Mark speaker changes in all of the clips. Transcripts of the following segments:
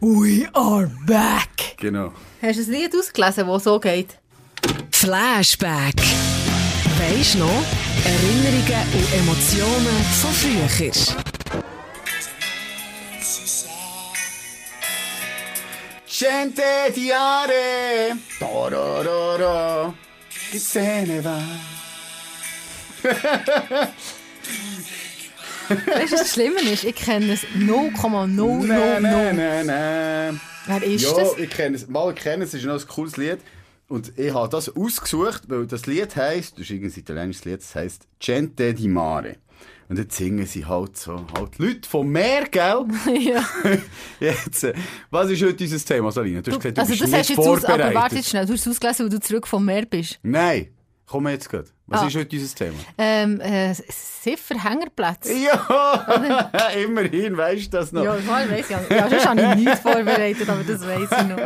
Speaker 1: We are back!
Speaker 2: Genau.
Speaker 3: Hast du ein Lied ausgelesen, das so geht?
Speaker 4: Flashback. Weisst noch? Erinnerungen und Emotionen von früher.
Speaker 2: Gente di are, torororo, chi se ne va.
Speaker 3: Weißt du, was das Schlimme ist? Ich kenne es 0,000.
Speaker 2: Nein, nein, nein, nein.
Speaker 3: Wer ist
Speaker 2: ja,
Speaker 3: das?
Speaker 2: ich kenne es. Mal kenne es, ist noch ein cooles Lied. Und ich habe das ausgesucht, weil das Lied heisst, das ist irgendein italienisches Lied, das heisst Gente di Mare. Und jetzt singen sie halt so, halt Leute vom Meer, gell?
Speaker 3: ja.
Speaker 2: Jetzt, äh, was ist heute unser Thema, Salina? Du hast gesagt, du
Speaker 3: also,
Speaker 2: bist
Speaker 3: das
Speaker 2: nicht
Speaker 3: hast du jetzt aus,
Speaker 2: vorbereitet.
Speaker 3: aber warte jetzt schnell. Du hast es ausgelesen, weil du zurück vom Meer bist.
Speaker 2: Nein, komm jetzt gut. Was
Speaker 3: Ah.
Speaker 2: ist heute unser Thema?
Speaker 3: Ähm, äh, Sifferhängerplatz.
Speaker 2: Ja, immerhin, weißt du das noch?
Speaker 3: Ja, ich weiß ja. Ja, sonst habe ich nichts vorbereitet, aber das weiß ich noch.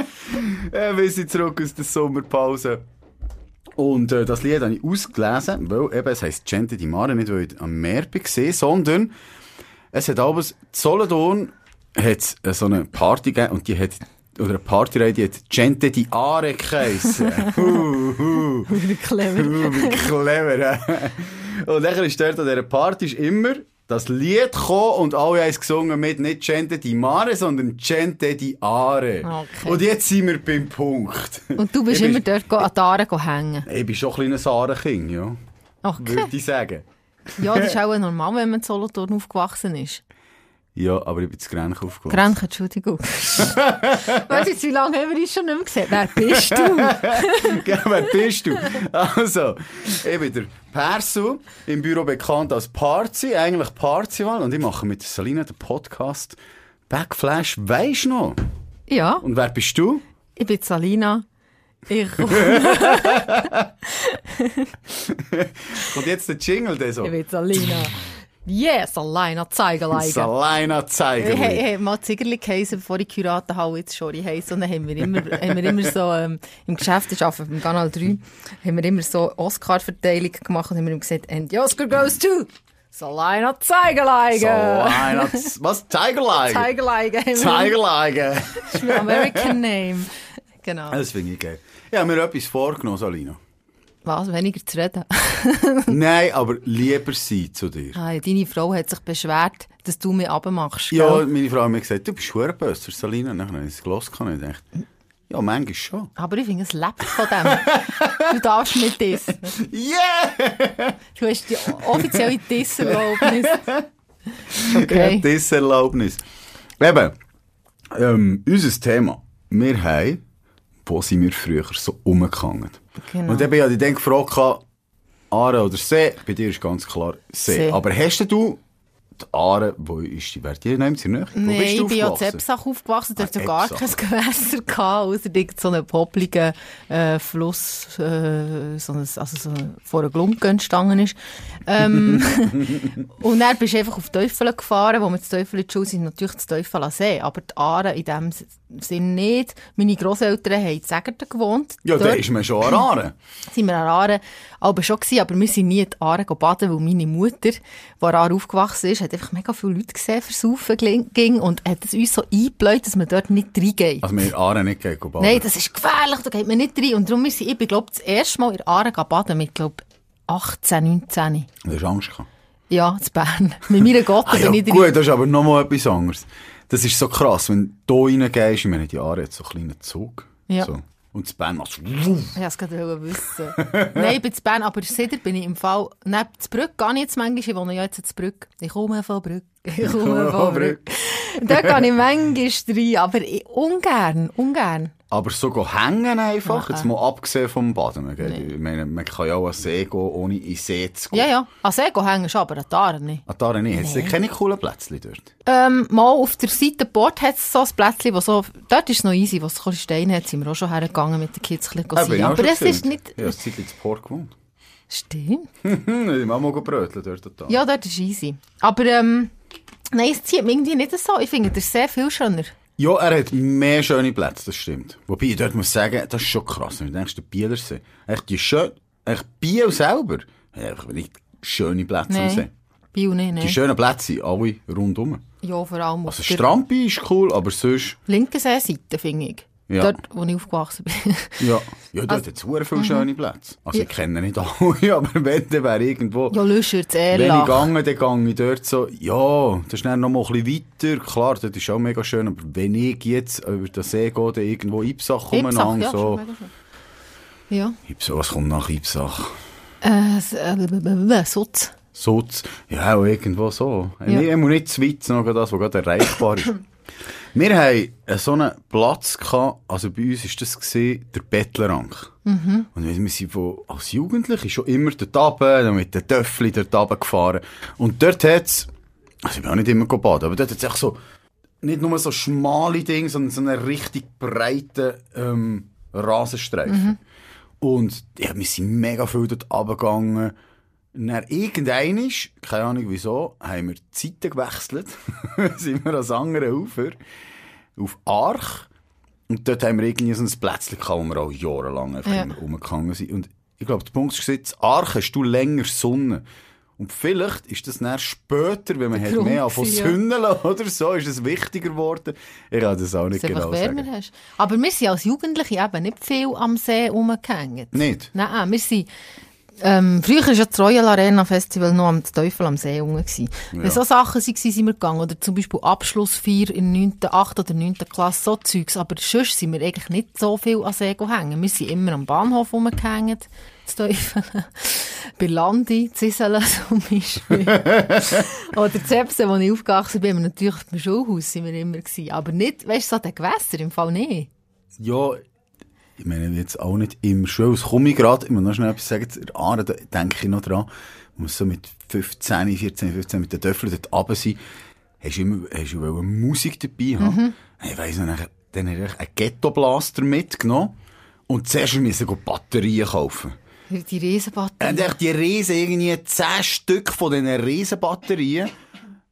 Speaker 2: Äh, wir sind zurück aus der Sommerpause. Und äh, das Lied habe ich ausgelesen, weil eben, es heisst Gente di Mare, nicht weil ich am Meer war, sondern es hat aber Solothurn hat äh, so eine Party gegeben und die hat, oder eine Partyreihe, die hat Gente di Are geheissen. uh, uh.
Speaker 3: Wie clever.
Speaker 2: Uh, wie clever. hä? und dann ist dort an dieser Party ist immer das Lied gekommen und alle haben es gesungen mit nicht Gente di Mare, sondern Gente di Are.
Speaker 3: Okay.
Speaker 2: Und jetzt sind wir beim Punkt.
Speaker 3: Und du bist
Speaker 2: ich
Speaker 3: immer
Speaker 2: bin,
Speaker 3: dort go- an die Aare go hängen.
Speaker 2: Ich bin schon ein kleiner Sarenking, ja.
Speaker 3: Okay.
Speaker 2: Würde ich sagen.
Speaker 3: Ja, das ist auch normal, wenn man in Solothurn aufgewachsen ist.
Speaker 2: Ja, aber ich bin zu Grenk aufgekommen.
Speaker 3: Grenke, Entschuldigung. weißt du, jetzt, wie lange haben wir uns schon nicht mehr gesehen? Wer bist du?
Speaker 2: Gell, Wer bist du? Also, ich bin der Perso, im Büro bekannt als Parzi, eigentlich Parzival. Und ich mache mit Salina den Podcast Backflash, weisst du noch?
Speaker 3: ja,
Speaker 2: Und wer bist du?
Speaker 3: ich bin Salina. Ich
Speaker 2: Und jetzt der Jingle, der so.
Speaker 3: Ich bin Salina. Yes, Salina, Zeigerleiger.
Speaker 2: Salina
Speaker 3: Ich he- ich
Speaker 2: zeigen.
Speaker 3: he mal Ziegerli geheißen, bevor ich Kuratenhalle jetzt Schori heisse. Und dann haben wir immer, haben wir immer so, ähm, im Geschäft, ich arbeite beim Kanal 3, haben wir immer so Oscar-Verteilung gemacht und haben immer gesagt, and the Oscar goes to Salina Zeigerleiger.
Speaker 2: Salina. Z- Was? Tigerleiger?
Speaker 3: Zeigerleiger. haben wir
Speaker 2: Tigerleiger.
Speaker 3: Das ist mein American Name. Genau.
Speaker 2: Das finde ich geil. Ich habe mir etwas vorgenommen, Salina.
Speaker 3: Was, weniger zu reden?
Speaker 2: Nein, aber lieber sein zu dir.
Speaker 3: Ah, ja, deine Frau hat sich beschwert, dass du mich abmachst.
Speaker 2: Ja,
Speaker 3: gell?
Speaker 2: meine Frau hat mir gesagt, du bist Hurenbösser, Salina. Und Dann habe ich es gehört und dachte, ja, manchmal schon.
Speaker 3: Aber ich finde, es lebt von dem. du darfst nicht dissen.
Speaker 2: Yeah!
Speaker 3: Du hast die offizielle Disserlaubnis. Okay.
Speaker 2: Das Erlaubnis. Eben, ähm, unser Thema. Wir haben, wo sind wir früher so umgegangen?
Speaker 3: Genau.
Speaker 2: Und eben, ich hatte dich gefragt, Aare oder See? Bei dir ist ganz klar See.
Speaker 3: See.
Speaker 2: Aber hast du die Aare, wo ist die? Wer die nimmt sie nicht? Wo
Speaker 3: Nein,
Speaker 2: bist
Speaker 3: ich
Speaker 2: du
Speaker 3: bin ja in
Speaker 2: aufgewachsen?
Speaker 3: Zebsach aufgewachsen, da
Speaker 2: Ah,
Speaker 3: hast du gar kein
Speaker 2: Zebsach.
Speaker 3: Gewässer gehabt, außer irgend so einen poppligen äh, Fluss, äh, so ein, also so ein- vor einer Glumke entstanden ist. Ähm, und dann bist du einfach auf Teufel gefahren, wo wir zu Teufel in die Schule sind, natürlich zu Teufel an See, aber die Aare in dem S- Sinn nicht. Meine Grosseltern haben in Segerten gewohnt.
Speaker 2: Ja, da
Speaker 3: Dort-
Speaker 2: ist man schon an Aare.
Speaker 3: sind wir an Aare aber schon gewesen, aber wir sind nie in die Aare baden, weil meine Mutter, die an Aare aufgewachsen ist, hat einfach mega viele Leute gesehen, versaufen gel- ging und hat es uns so eingebläut, dass man dort nicht reingeht.
Speaker 2: Also, wir in Aare nicht gehen baden.
Speaker 3: Nein, das ist gefährlich, da geht man nicht rein. Und darum wir sind, ich bin, glaub, das erste Mal in der Aare baden mit, glaub, 18, 19.
Speaker 2: Du hast Angst gehabt.
Speaker 3: Ja, zu Bern. Mit meiner Gott,
Speaker 2: dus Ah, ja,
Speaker 3: bin ich drin.
Speaker 2: gut, das ist aber nochmal etwas anderes. Das ist so krass, wenn du da reingehst, ich meine, die Aare hat so einen kleinen Zug.
Speaker 3: Ja.
Speaker 2: So. Und das Band macht so,
Speaker 3: Ich wollte es gerade wissen. Nein, ich bin zu Bern, aber seitdem bin ich im Fall... Nein, zu Brügg gehe ich jetzt manchmal. Ich wohne ja jetzt in Brügg. Ich komme von Brügg. Ich komme von Brügg. Dort gehe ich manchmal rein, aber ich, ungern, ungern.
Speaker 2: Aber so go hängen einfach,
Speaker 3: äh.
Speaker 2: jetzt mal abgesehen vom Baden. Man, geht- ich meine, man kann ja auch an den See gehen, ohne in den See zu gehen. Ah,
Speaker 3: Ja, ja. An See gehen Also, hängen schon, aber an die Aare nicht.
Speaker 2: An die Aare nicht. Hat's keine coolen Plätzchen dort?
Speaker 3: Ähm, mal auf der Seite Bord hat es so ein Plätzchen, wo so... Dort ist es noch easy, wo es ein bisschen Steine hat, sind wir auch schon hergegangen mit den Kids. Ein bisschen
Speaker 2: ich
Speaker 3: sehen.
Speaker 2: auch
Speaker 3: aber
Speaker 2: schon
Speaker 3: es ist
Speaker 2: gesehen.
Speaker 3: nicht...
Speaker 2: Ja, es sind jetzt Port gewohnt.
Speaker 3: Stimmt.
Speaker 2: Hm, ich mal bröteln dort an die Aare.
Speaker 3: Ja, dort ist easy. Aber ähm, nein, es zieht mich irgendwie nicht so. Ich finde, der See viel schöner.
Speaker 2: Ja, er hat mehr schöne Plätze, das stimmt. Wobei ich dort muss sagen, das ist schon krass, wenn du denkst, der Bielersee. Echt die schön, echt Biel selber. hat Einfach nicht schöne Plätze am See.
Speaker 3: Nein. Bio E nicht,
Speaker 2: Die
Speaker 3: nein.
Speaker 2: schönen Plätze sind alle rundum.
Speaker 3: Ja, vor allem auf
Speaker 2: Also
Speaker 3: der
Speaker 2: Strampi ist cool, aber sonst...
Speaker 3: linken Seeseite, finde ich.
Speaker 2: Ja.
Speaker 3: Dort, wo ich aufgewachsen bin.
Speaker 2: Ja, ja dort also, hat es sehr
Speaker 3: Mhm.
Speaker 2: viele schöne Plätze. Also ich kenne nicht alle, aber wenn, dann wäre irgendwo...
Speaker 3: ja, Lüschert,
Speaker 2: Wenn ich
Speaker 3: Erlach.
Speaker 2: gehe, dann gehe ich dort so, ja, das ist dann noch mal ein bisschen weiter. Klar, das ist auch mega schön, aber wenn ich jetzt über den See gehe, dann irgendwo Ipsach komme,
Speaker 3: Ipsach, ja, schon
Speaker 2: so.
Speaker 3: mega schön. Ja,
Speaker 2: Ipsach, was kommt nach Ipsach?
Speaker 3: äh, s- äh, b- b- b- Sutz.
Speaker 2: Sutz, ja, auch irgendwo so.
Speaker 3: Ja.
Speaker 2: Ich muss nicht zu weit, sondern das, was gerade erreichbar ist. Wir haben äh, so einen Platz gehabt, also bei uns war das gewesen, der Bettlerank. Und wir- wir sind von, als Jugendliche schon immer dort runter, dann mit den Töffel dort runtergefahren. Und dort hat es, also ich bin auch nicht immer gebadet, aber dort hat es echt so, nicht nur so schmale Dinge, sondern so einen richtig breiten ähm, Rasenstreifen. Und ja, wir sind mega viel dort runtergegangen. Und Dann irgendeinmal, keine Ahnung wieso, haben wir die Seite gewechselt. sind wir ans andere Ufer, auf Arch. Und dort haben wir irgendwie so ein Plätzchen gehabt, wo wir auch jahrelang einfach
Speaker 3: Ja.
Speaker 2: immer rumgegangen sind. Und ich glaube, der Punkt ist, gewesen, in Arch hast du länger Sonne. Und vielleicht ist das dann später, wenn man hat
Speaker 3: Grund
Speaker 2: mehr von
Speaker 3: gewesen, ja.
Speaker 2: Sünden oder so, ist es wichtiger geworden. Ich kann das auch nicht
Speaker 3: Dass du
Speaker 2: genau
Speaker 3: einfach wärmer
Speaker 2: sagen.
Speaker 3: hast. Aber wir sind als Jugendliche eben nicht viel am See rumgehängt.
Speaker 2: Nicht?
Speaker 3: Nein, ah, wir sind... Ähm, früher war ja das Royal Arena Festival noch am Teufel am See unten. gewesen. Wenn so Sachen waren, sind wir gegangen. Oder zum Beispiel Abschlussfeier in 9., 8. oder 9. Klasse, so Zeugs. Aber sonst sind wir eigentlich nicht so viel an See hängen. Wir sind immer am Bahnhof rumgehängt, zu Teufel. Bei Landi, Zisela zum Beispiel. Oder Zepsen, wo ich aufgewachsen bin, haben wir natürlich beim Schulhaus sind wir immer gewesen. Aber nicht, weißt du, so an den Gewässern im Fall nicht.
Speaker 2: Ja, ich meine jetzt auch nicht im Schulhaus. Komme ich gerade, ich muss noch schnell etwas sagen, in Aare da denke ich noch dran, muss so mit 15, 14, 15 mit den Töffeln dort runter sein. Hast du immer hast du wollen Musik dabei haben? Ich weiss noch, nachher- dann habe ich einen Ghetto-Blaster mitgenommen und zuerst müssen wir Batterien kaufen.
Speaker 3: Die
Speaker 2: Er
Speaker 3: Riesenbatterie.
Speaker 2: hat echt die riesen, irgendwie 10 Stück von diesen riesen Batterien,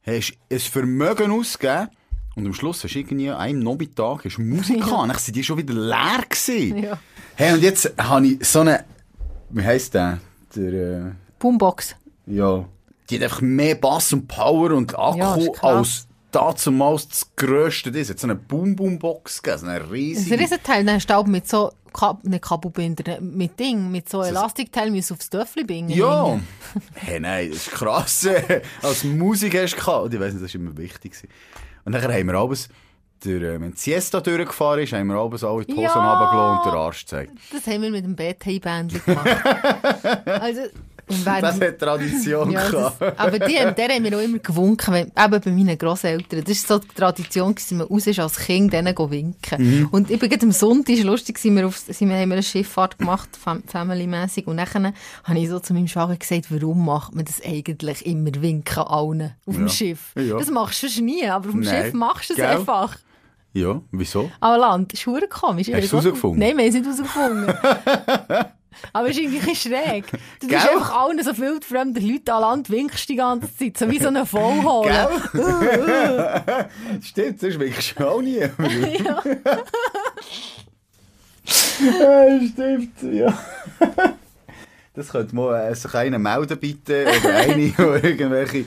Speaker 2: hast ein Vermögen ausgegeben und am Schluss hast du irgendwie an einem Nachmittag hast du Musik gehabt, dann sind die schon wieder leer gewesen.
Speaker 3: Ja.
Speaker 2: Hey, und jetzt habe ich so eine, wie heisst der, der, äh,
Speaker 3: Boombox.
Speaker 2: ja, die hat einfach mehr Bass und Power und
Speaker 3: Ja,
Speaker 2: Akku
Speaker 3: ist krass.
Speaker 2: als damals das grösste, das hat so eine Boom-Boom-Box gegeben, so eine
Speaker 3: Das
Speaker 2: riesige.
Speaker 3: Riesenteil, dann hast du auch mit so, Ka nicht Kabelbinder, mit Ding, mit so Elastikteil musst du aufs Töffel bringen.
Speaker 2: Ja! Hey, nein, das ist krass. Als Musik hast du gehabt. Und ich weiss nicht, das war immer wichtig. gewesen. Und dann haben wir abends, der, äh, wenn die Siesta durchgefahren ist, haben wir abends alle die Hosen
Speaker 3: Ja.
Speaker 2: runtergelassen und den Arsch gezeigt.
Speaker 3: Das haben wir mit dem BT-Bändchen gemacht. also, und wenn,
Speaker 2: Das hat Tradition
Speaker 3: ja, das,
Speaker 2: gehabt.
Speaker 3: aber die haben, der haben wir auch immer gewunken, wenn, eben bei meinen Grosseltern. Das war so die Tradition, dass man raus ist als Kind denen go winken.
Speaker 2: Mhm.
Speaker 3: Und ich bin gerade am Sonntag, ist lustig, sind wir, auf, sind wir, haben wir eine Schifffahrt gemacht, fam familymässig. Und dann habe ich so zu meinem Schwager gesagt, warum macht man das eigentlich immer winken allen auf
Speaker 2: Ja.
Speaker 3: dem Schiff?
Speaker 2: Ja.
Speaker 3: Das machst du sonst nie, aber auf dem
Speaker 2: Nein.
Speaker 3: Schiff machst du es
Speaker 2: Gell?
Speaker 3: einfach.
Speaker 2: Ja, wieso?
Speaker 3: Am Land, das ist verdammt komisch. Ich
Speaker 2: Hast
Speaker 3: weiß
Speaker 2: du's
Speaker 3: auch-
Speaker 2: herausgefunden?
Speaker 3: Nein, wir haben es nicht herausgefunden. Aber es ist irgendwie ein bisschen schräg. Du
Speaker 2: Gell?
Speaker 3: tust einfach allen so wildfremden Leuten an Land, winkst die ganze Zeit, so wie so eine Vollhole.
Speaker 2: Stimmt, sonst wirklich auch nie.
Speaker 3: Ja.
Speaker 2: stimmt, ja. Das könnte mal äh, sich einer melden, bitte. Oder eine, die irgendwelche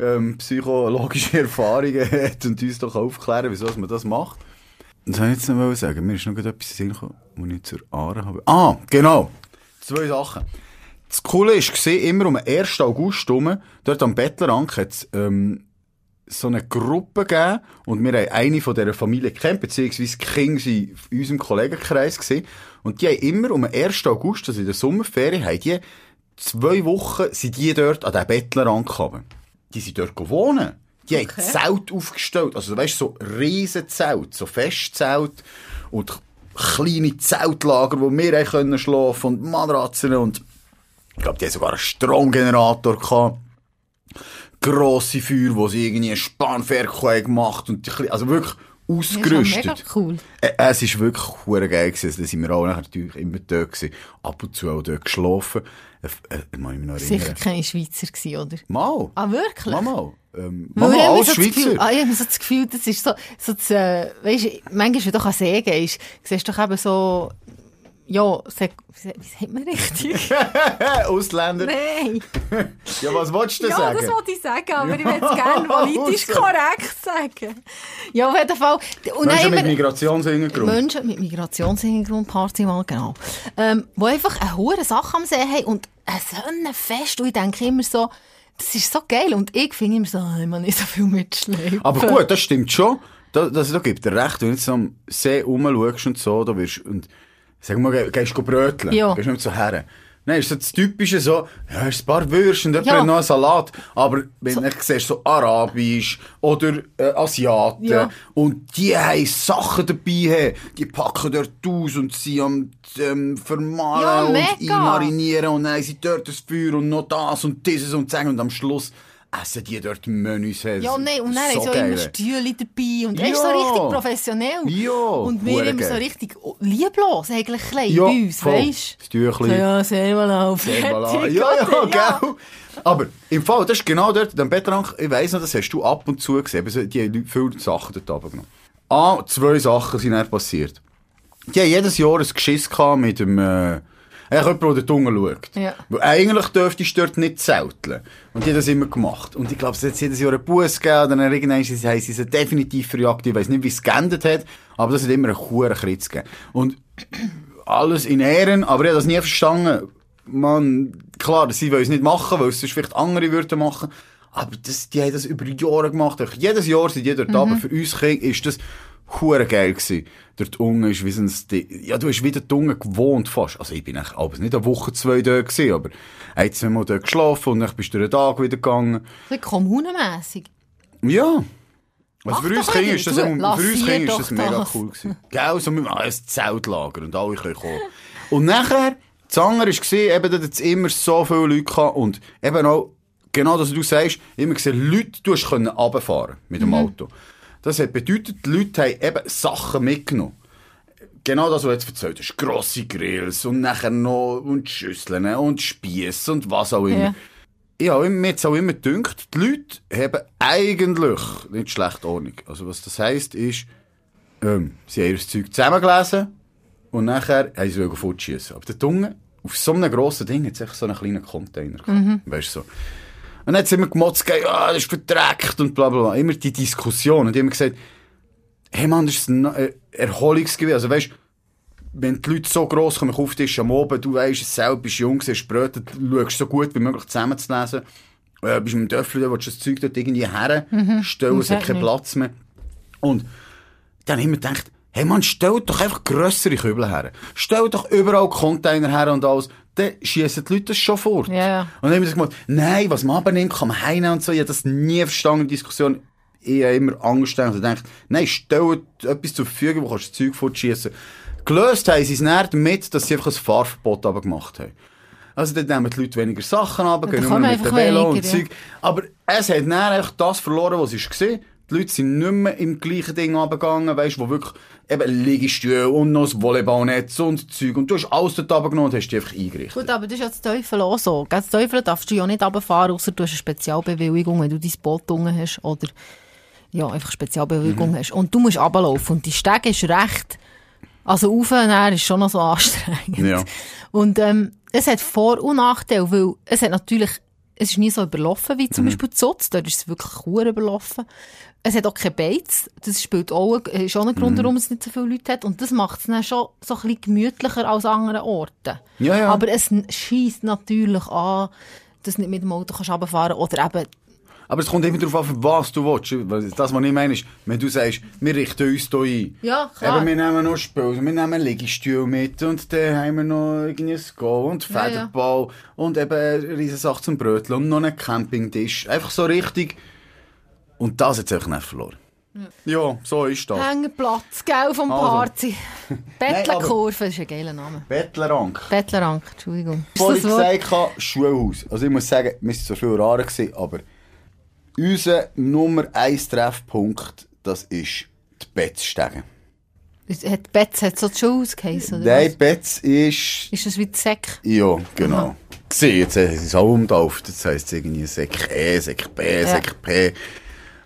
Speaker 2: ähm, psychologische Erfahrungen hat und uns doch aufklären, wieso man das macht. Und Das wollte ich jetzt noch mal sagen. Mir ist noch gerade etwas in den Sinn gekommen, was ich zur Aare habe. Ah, genau. Zwei Sachen. Das Coole war, immer um den 1. August herum, dort am Bettlerank hat es ähm, so eine Gruppe gegeben und wir haben eine von dieser Familie gekannt, beziehungsweise die Kinder waren in unserem Kollegenkreis gewesen. und die haben immer um den 1. August, also in der Sommerferien, haben die zwei Wochen sind die dort an diesen Bettlerank gekommen. Die sind dort gewohnt. Die haben
Speaker 3: Okay.
Speaker 2: Zelt aufgestellt, also weißt so riesen Zelt, so Festzelt und k- kleine Zeltlager, wo wir haben können schlafen und Matratzen und ich glaube, die haben sogar einen Stromgenerator gehabt grosse Feuer, wo sie irgendwie einen Spanferkel haben gemacht und die Kle- also wirklich
Speaker 3: Das ist schon
Speaker 2: ausgerüstet.
Speaker 3: mega cool.
Speaker 2: Ä- Es ist wirklich hure geil gewesen. Da sind wir auch nachher natürlich immer dort gewesen. Ab und zu auch dort geschlafen. Äh, äh, muss ich mich noch erinnern.
Speaker 3: Sicher keine Schweizer gewesen, oder?
Speaker 2: Mal.
Speaker 3: Ah, wirklich? Hm,
Speaker 2: Mama. Ähm,
Speaker 3: Weil
Speaker 2: Mama,
Speaker 3: ich
Speaker 2: als
Speaker 3: habe so das
Speaker 2: Schweizer.
Speaker 3: Gefühl, ah, ich habe so das Gefühl, das ist so, so das, äh, weißt, manchmal, wenn du an See gehst, siehst du doch eben so, ja, sag, wie sagt man richtig?
Speaker 2: Äh, Ausländer.
Speaker 3: Nein.
Speaker 2: Ja, was wolltest du
Speaker 3: ja,
Speaker 2: sagen?
Speaker 3: das wollte ich sagen, aber ich würde es gerne politisch
Speaker 2: Ausser-
Speaker 3: korrekt sagen. Ja, auf jeden Fall. Und dann
Speaker 2: Menschen mit
Speaker 3: immer-
Speaker 2: Migrationshintergrund.
Speaker 3: Menschen mit Migrationshintergrund, Party mal, genau. Ähm, die einfach eine hohe Sache am See haben und ein Sonnenfest. Und ich denke immer so, das ist so geil. Und ich finde immer so, ich muss nicht so viel mitschleppen.
Speaker 2: Aber gut, das stimmt schon. Da, das, da gibt dir recht. Wenn du jetzt am See rumschaust und so, da wirst und sag mal, ge- gehst du bröteln.
Speaker 3: Ja.
Speaker 2: Gehst nicht so her. Nein, ist so das Typische so, ja, hast ein paar Würste und jemand
Speaker 3: Ja.
Speaker 2: hat noch einen Salat. Aber wenn du dann siehst, so Arabisch oder äh, Asiaten
Speaker 3: Ja.
Speaker 2: und die haben Sachen dabei, haben, die packen dort aus und sie am ähm, vermalen
Speaker 3: Ja,
Speaker 2: und
Speaker 3: mega.
Speaker 2: einmarinieren und dann haben sie dort das Feuer und noch das und dieses und sagen und am Schluss essen die dort Menüs. her.
Speaker 3: Ja, nein, und dann
Speaker 2: So
Speaker 3: haben sie auch
Speaker 2: geil.
Speaker 3: immer Stühle dabei. Und
Speaker 2: Ja.
Speaker 3: er ist so richtig professionell.
Speaker 2: Ja,
Speaker 3: Und wir
Speaker 2: hure
Speaker 3: immer so
Speaker 2: geil.
Speaker 3: richtig lieblos, eigentlich klein bei uns,
Speaker 2: voll.
Speaker 3: weißt
Speaker 2: Das Tüchli.
Speaker 3: du? Ja, sehr mal auf.
Speaker 2: Sehr mal an. Ja, ja, gell. Aber im Fall, das ist genau dort, den Betrank, ich weiss noch, das hast du ab und zu gesehen, aber so- die haben Leute viele Sachen dort runtergenommen. Ah, zwei Sachen sind dann passiert. Die haben jedes Jahr ein Geschiss gehabt mit dem, äh, ich jemand, der dort unten schaut.
Speaker 3: Ja.
Speaker 2: Weil eigentlich dürftest du dort nicht zelteln. Und die haben das immer gemacht. Und ich glaube, es hat jedes Jahr einen Bus gegeben, dann irgendwann haben sie haben sie sie definitiv verjagt. Ich weiss nicht, wie es geendet hat, aber das hat immer einen hohen Kritz gegeben. Und alles in Ehren, aber ich habe das nie verstanden. Man, klar, sie wollen es nicht machen, weil es sonst vielleicht dus andere würden machen. Aber das, die haben das über Jahre gemacht. Echt Jedes Jahr sind die dort aber Für uns Kinder ist das hure geil gewesen. Dort unten ist wie so ein, Sti- ja, du hast wieder dort unten gewohnt fast. Also ich bin eigentlich abends nicht eine Woche, zwei dort gewesen, aber ein, zwei Mal dort geschlafen und dann bist du einen Tag wieder gegangen.
Speaker 3: Ein kommunenmässig.
Speaker 2: Ja. Also
Speaker 3: Mach
Speaker 2: für uns
Speaker 3: doch
Speaker 2: Kinder
Speaker 3: wieder,
Speaker 2: ist das,
Speaker 3: du,
Speaker 2: für
Speaker 3: lass
Speaker 2: uns
Speaker 3: sie
Speaker 2: Kinder ist
Speaker 3: doch
Speaker 2: das mega
Speaker 3: das.
Speaker 2: cool gewesen. Gell, so mit einem ah, ein Zeltlager und alle können kommen. Und nachher, das andere war, eben, dass es immer so viele Leute gehabt und eben auch, genau das, was du sagst, immer gesehen, Leute, du können runterfahren mit dem Auto. Das hat bedeutet, die Leute haben eben Sachen mitgenommen. Genau das, was du jetzt erzählt hast. Grosse Grills und nachher noch und Schüsseln und Spieße und was auch immer.
Speaker 3: Ja.
Speaker 2: Ich habe immer- mir jetzt auch immer gedacht, die Leute haben eigentlich nicht schlecht Ordnung. Also was das heisst ist, ähm, sie haben ihr Zeug zusammengelesen und nachher haben sie fortschießen. Aber der Tunge, auf so einem grossen Ding, hat es echt so einen kleinen Container gehabt. Weißt du so. Und dann hat es immer gemotzt, gegeben, ah, das ist verdreckt und bla bla bla. Immer die Diskussion. Und die haben immer gesagt, hey Mann, das ist ein äh, Erholungsgewinn. Also weißt wenn die Leute so gross kommen auf den Tisch am Oben, du weisst es selber, bist jung, siehst Brötel, du schaust so gut wie möglich zusammenzulesen, äh, bist im Dörfli, willst du das Zeug dort irgendwie her, stellen, es hat
Speaker 3: hat
Speaker 2: keinen
Speaker 3: nicht.
Speaker 2: Platz mehr. Und dann immer gedacht, hey man, stell doch einfach grössere Kübel her. Stell doch überall Container her und alles. Dann schiessen die Leute das schon fort.
Speaker 3: Ja, ja.
Speaker 2: Und dann haben wir gesagt, nein, was man abnimmt, kann man heimnehmen und so. Ich habe das nie verstanden in der Diskussion. Ich habe immer Angst gehabt und gedacht, nein, stell etwas zur Verfügung, wo kannst du das Zeug fortschiessen. Gelöst haben sie es nicht damit, dass sie einfach ein Fahrverbot gemacht haben. Also dann nehmen die Leute weniger Sachen ab, gehen
Speaker 3: dann
Speaker 2: nur
Speaker 3: kommen
Speaker 2: noch mit dem
Speaker 3: einfach
Speaker 2: Velo und
Speaker 3: weniger, ja.
Speaker 2: Zeug. Aber es hat dann einfach das verloren, was es war. Die Leute sind nicht mehr im gleichen Ding runtergegangen, weißt du, wo wirklich eben Liegestühle und noch das Volleyballnetz und Zeug. Und du hast alles dort runtergenommen und hast dich einfach eingerichtet.
Speaker 3: Gut, aber das ist ja das Teufel auch so. Gell, Das Teufel darfst du ja nicht runterfahren, außer du hast eine Spezialbewilligung, wenn du dein Boot unten hast oder ja, einfach Spezialbewilligung hast. Und du musst runterlaufen. Und die Stege ist recht. Also rauf und her ist schon noch so anstrengend.
Speaker 2: Ja.
Speaker 3: Und ähm, es hat Vor- und Nachteile, weil es hat natürlich, es ist nie so überlaufen wie zum Beispiel Zotz, dort ist es wirklich sehr überlaufen. Es hat auch keine Beiz, das spielt auch, äh, ist auch ein Grund, warum es nicht so viele Leute hat. Und das macht es dann schon so ein bisschen gemütlicher als an anderen Orten.
Speaker 2: Ja, ja.
Speaker 3: Aber es schießt natürlich an, dass du nicht mit dem Auto kannst runterfahren oder eben,
Speaker 2: Aber es kommt immer darauf an, für was du willst. Weil Das, was ich meine, ist, wenn du sagst, wir richten uns hier ein.
Speaker 3: Ja, klar.
Speaker 2: Eben, wir nehmen noch Spiele, wir nehmen Liegestühle mit und dann haben wir noch irgendein Go und
Speaker 3: Ja, ja.
Speaker 2: Federball und eben eine riesen Sache zum Brötchen und noch einen Campingtisch. Einfach so richtig. Und das hat es einfach nicht verloren. Ja, so ist das.
Speaker 3: Hängenplatz, gell, vom
Speaker 2: Also.
Speaker 3: Party.
Speaker 2: Bettlerkurve
Speaker 3: Bettlerkurve ist ein geiler Name.
Speaker 2: Bettlerank.
Speaker 3: Bettlerank, Entschuldigung.
Speaker 2: Bevor ich gesagt habe, Schulhaus. Also ich muss sagen, wir waren zwar viel rarer, gewesen, aber unser Nummer 1 Treffpunkt, das ist die Bettstege.
Speaker 3: Hat Betz hat so die Schuhe ausgeheissen, oder
Speaker 2: Nein,
Speaker 3: was?
Speaker 2: Betz ist.
Speaker 3: Ist das wie die Säck?
Speaker 2: Ja, genau. Sieh, jetzt haben sie es auch umtauft. Jetzt heisst es irgendwie Sek E, Sek B, Sek P.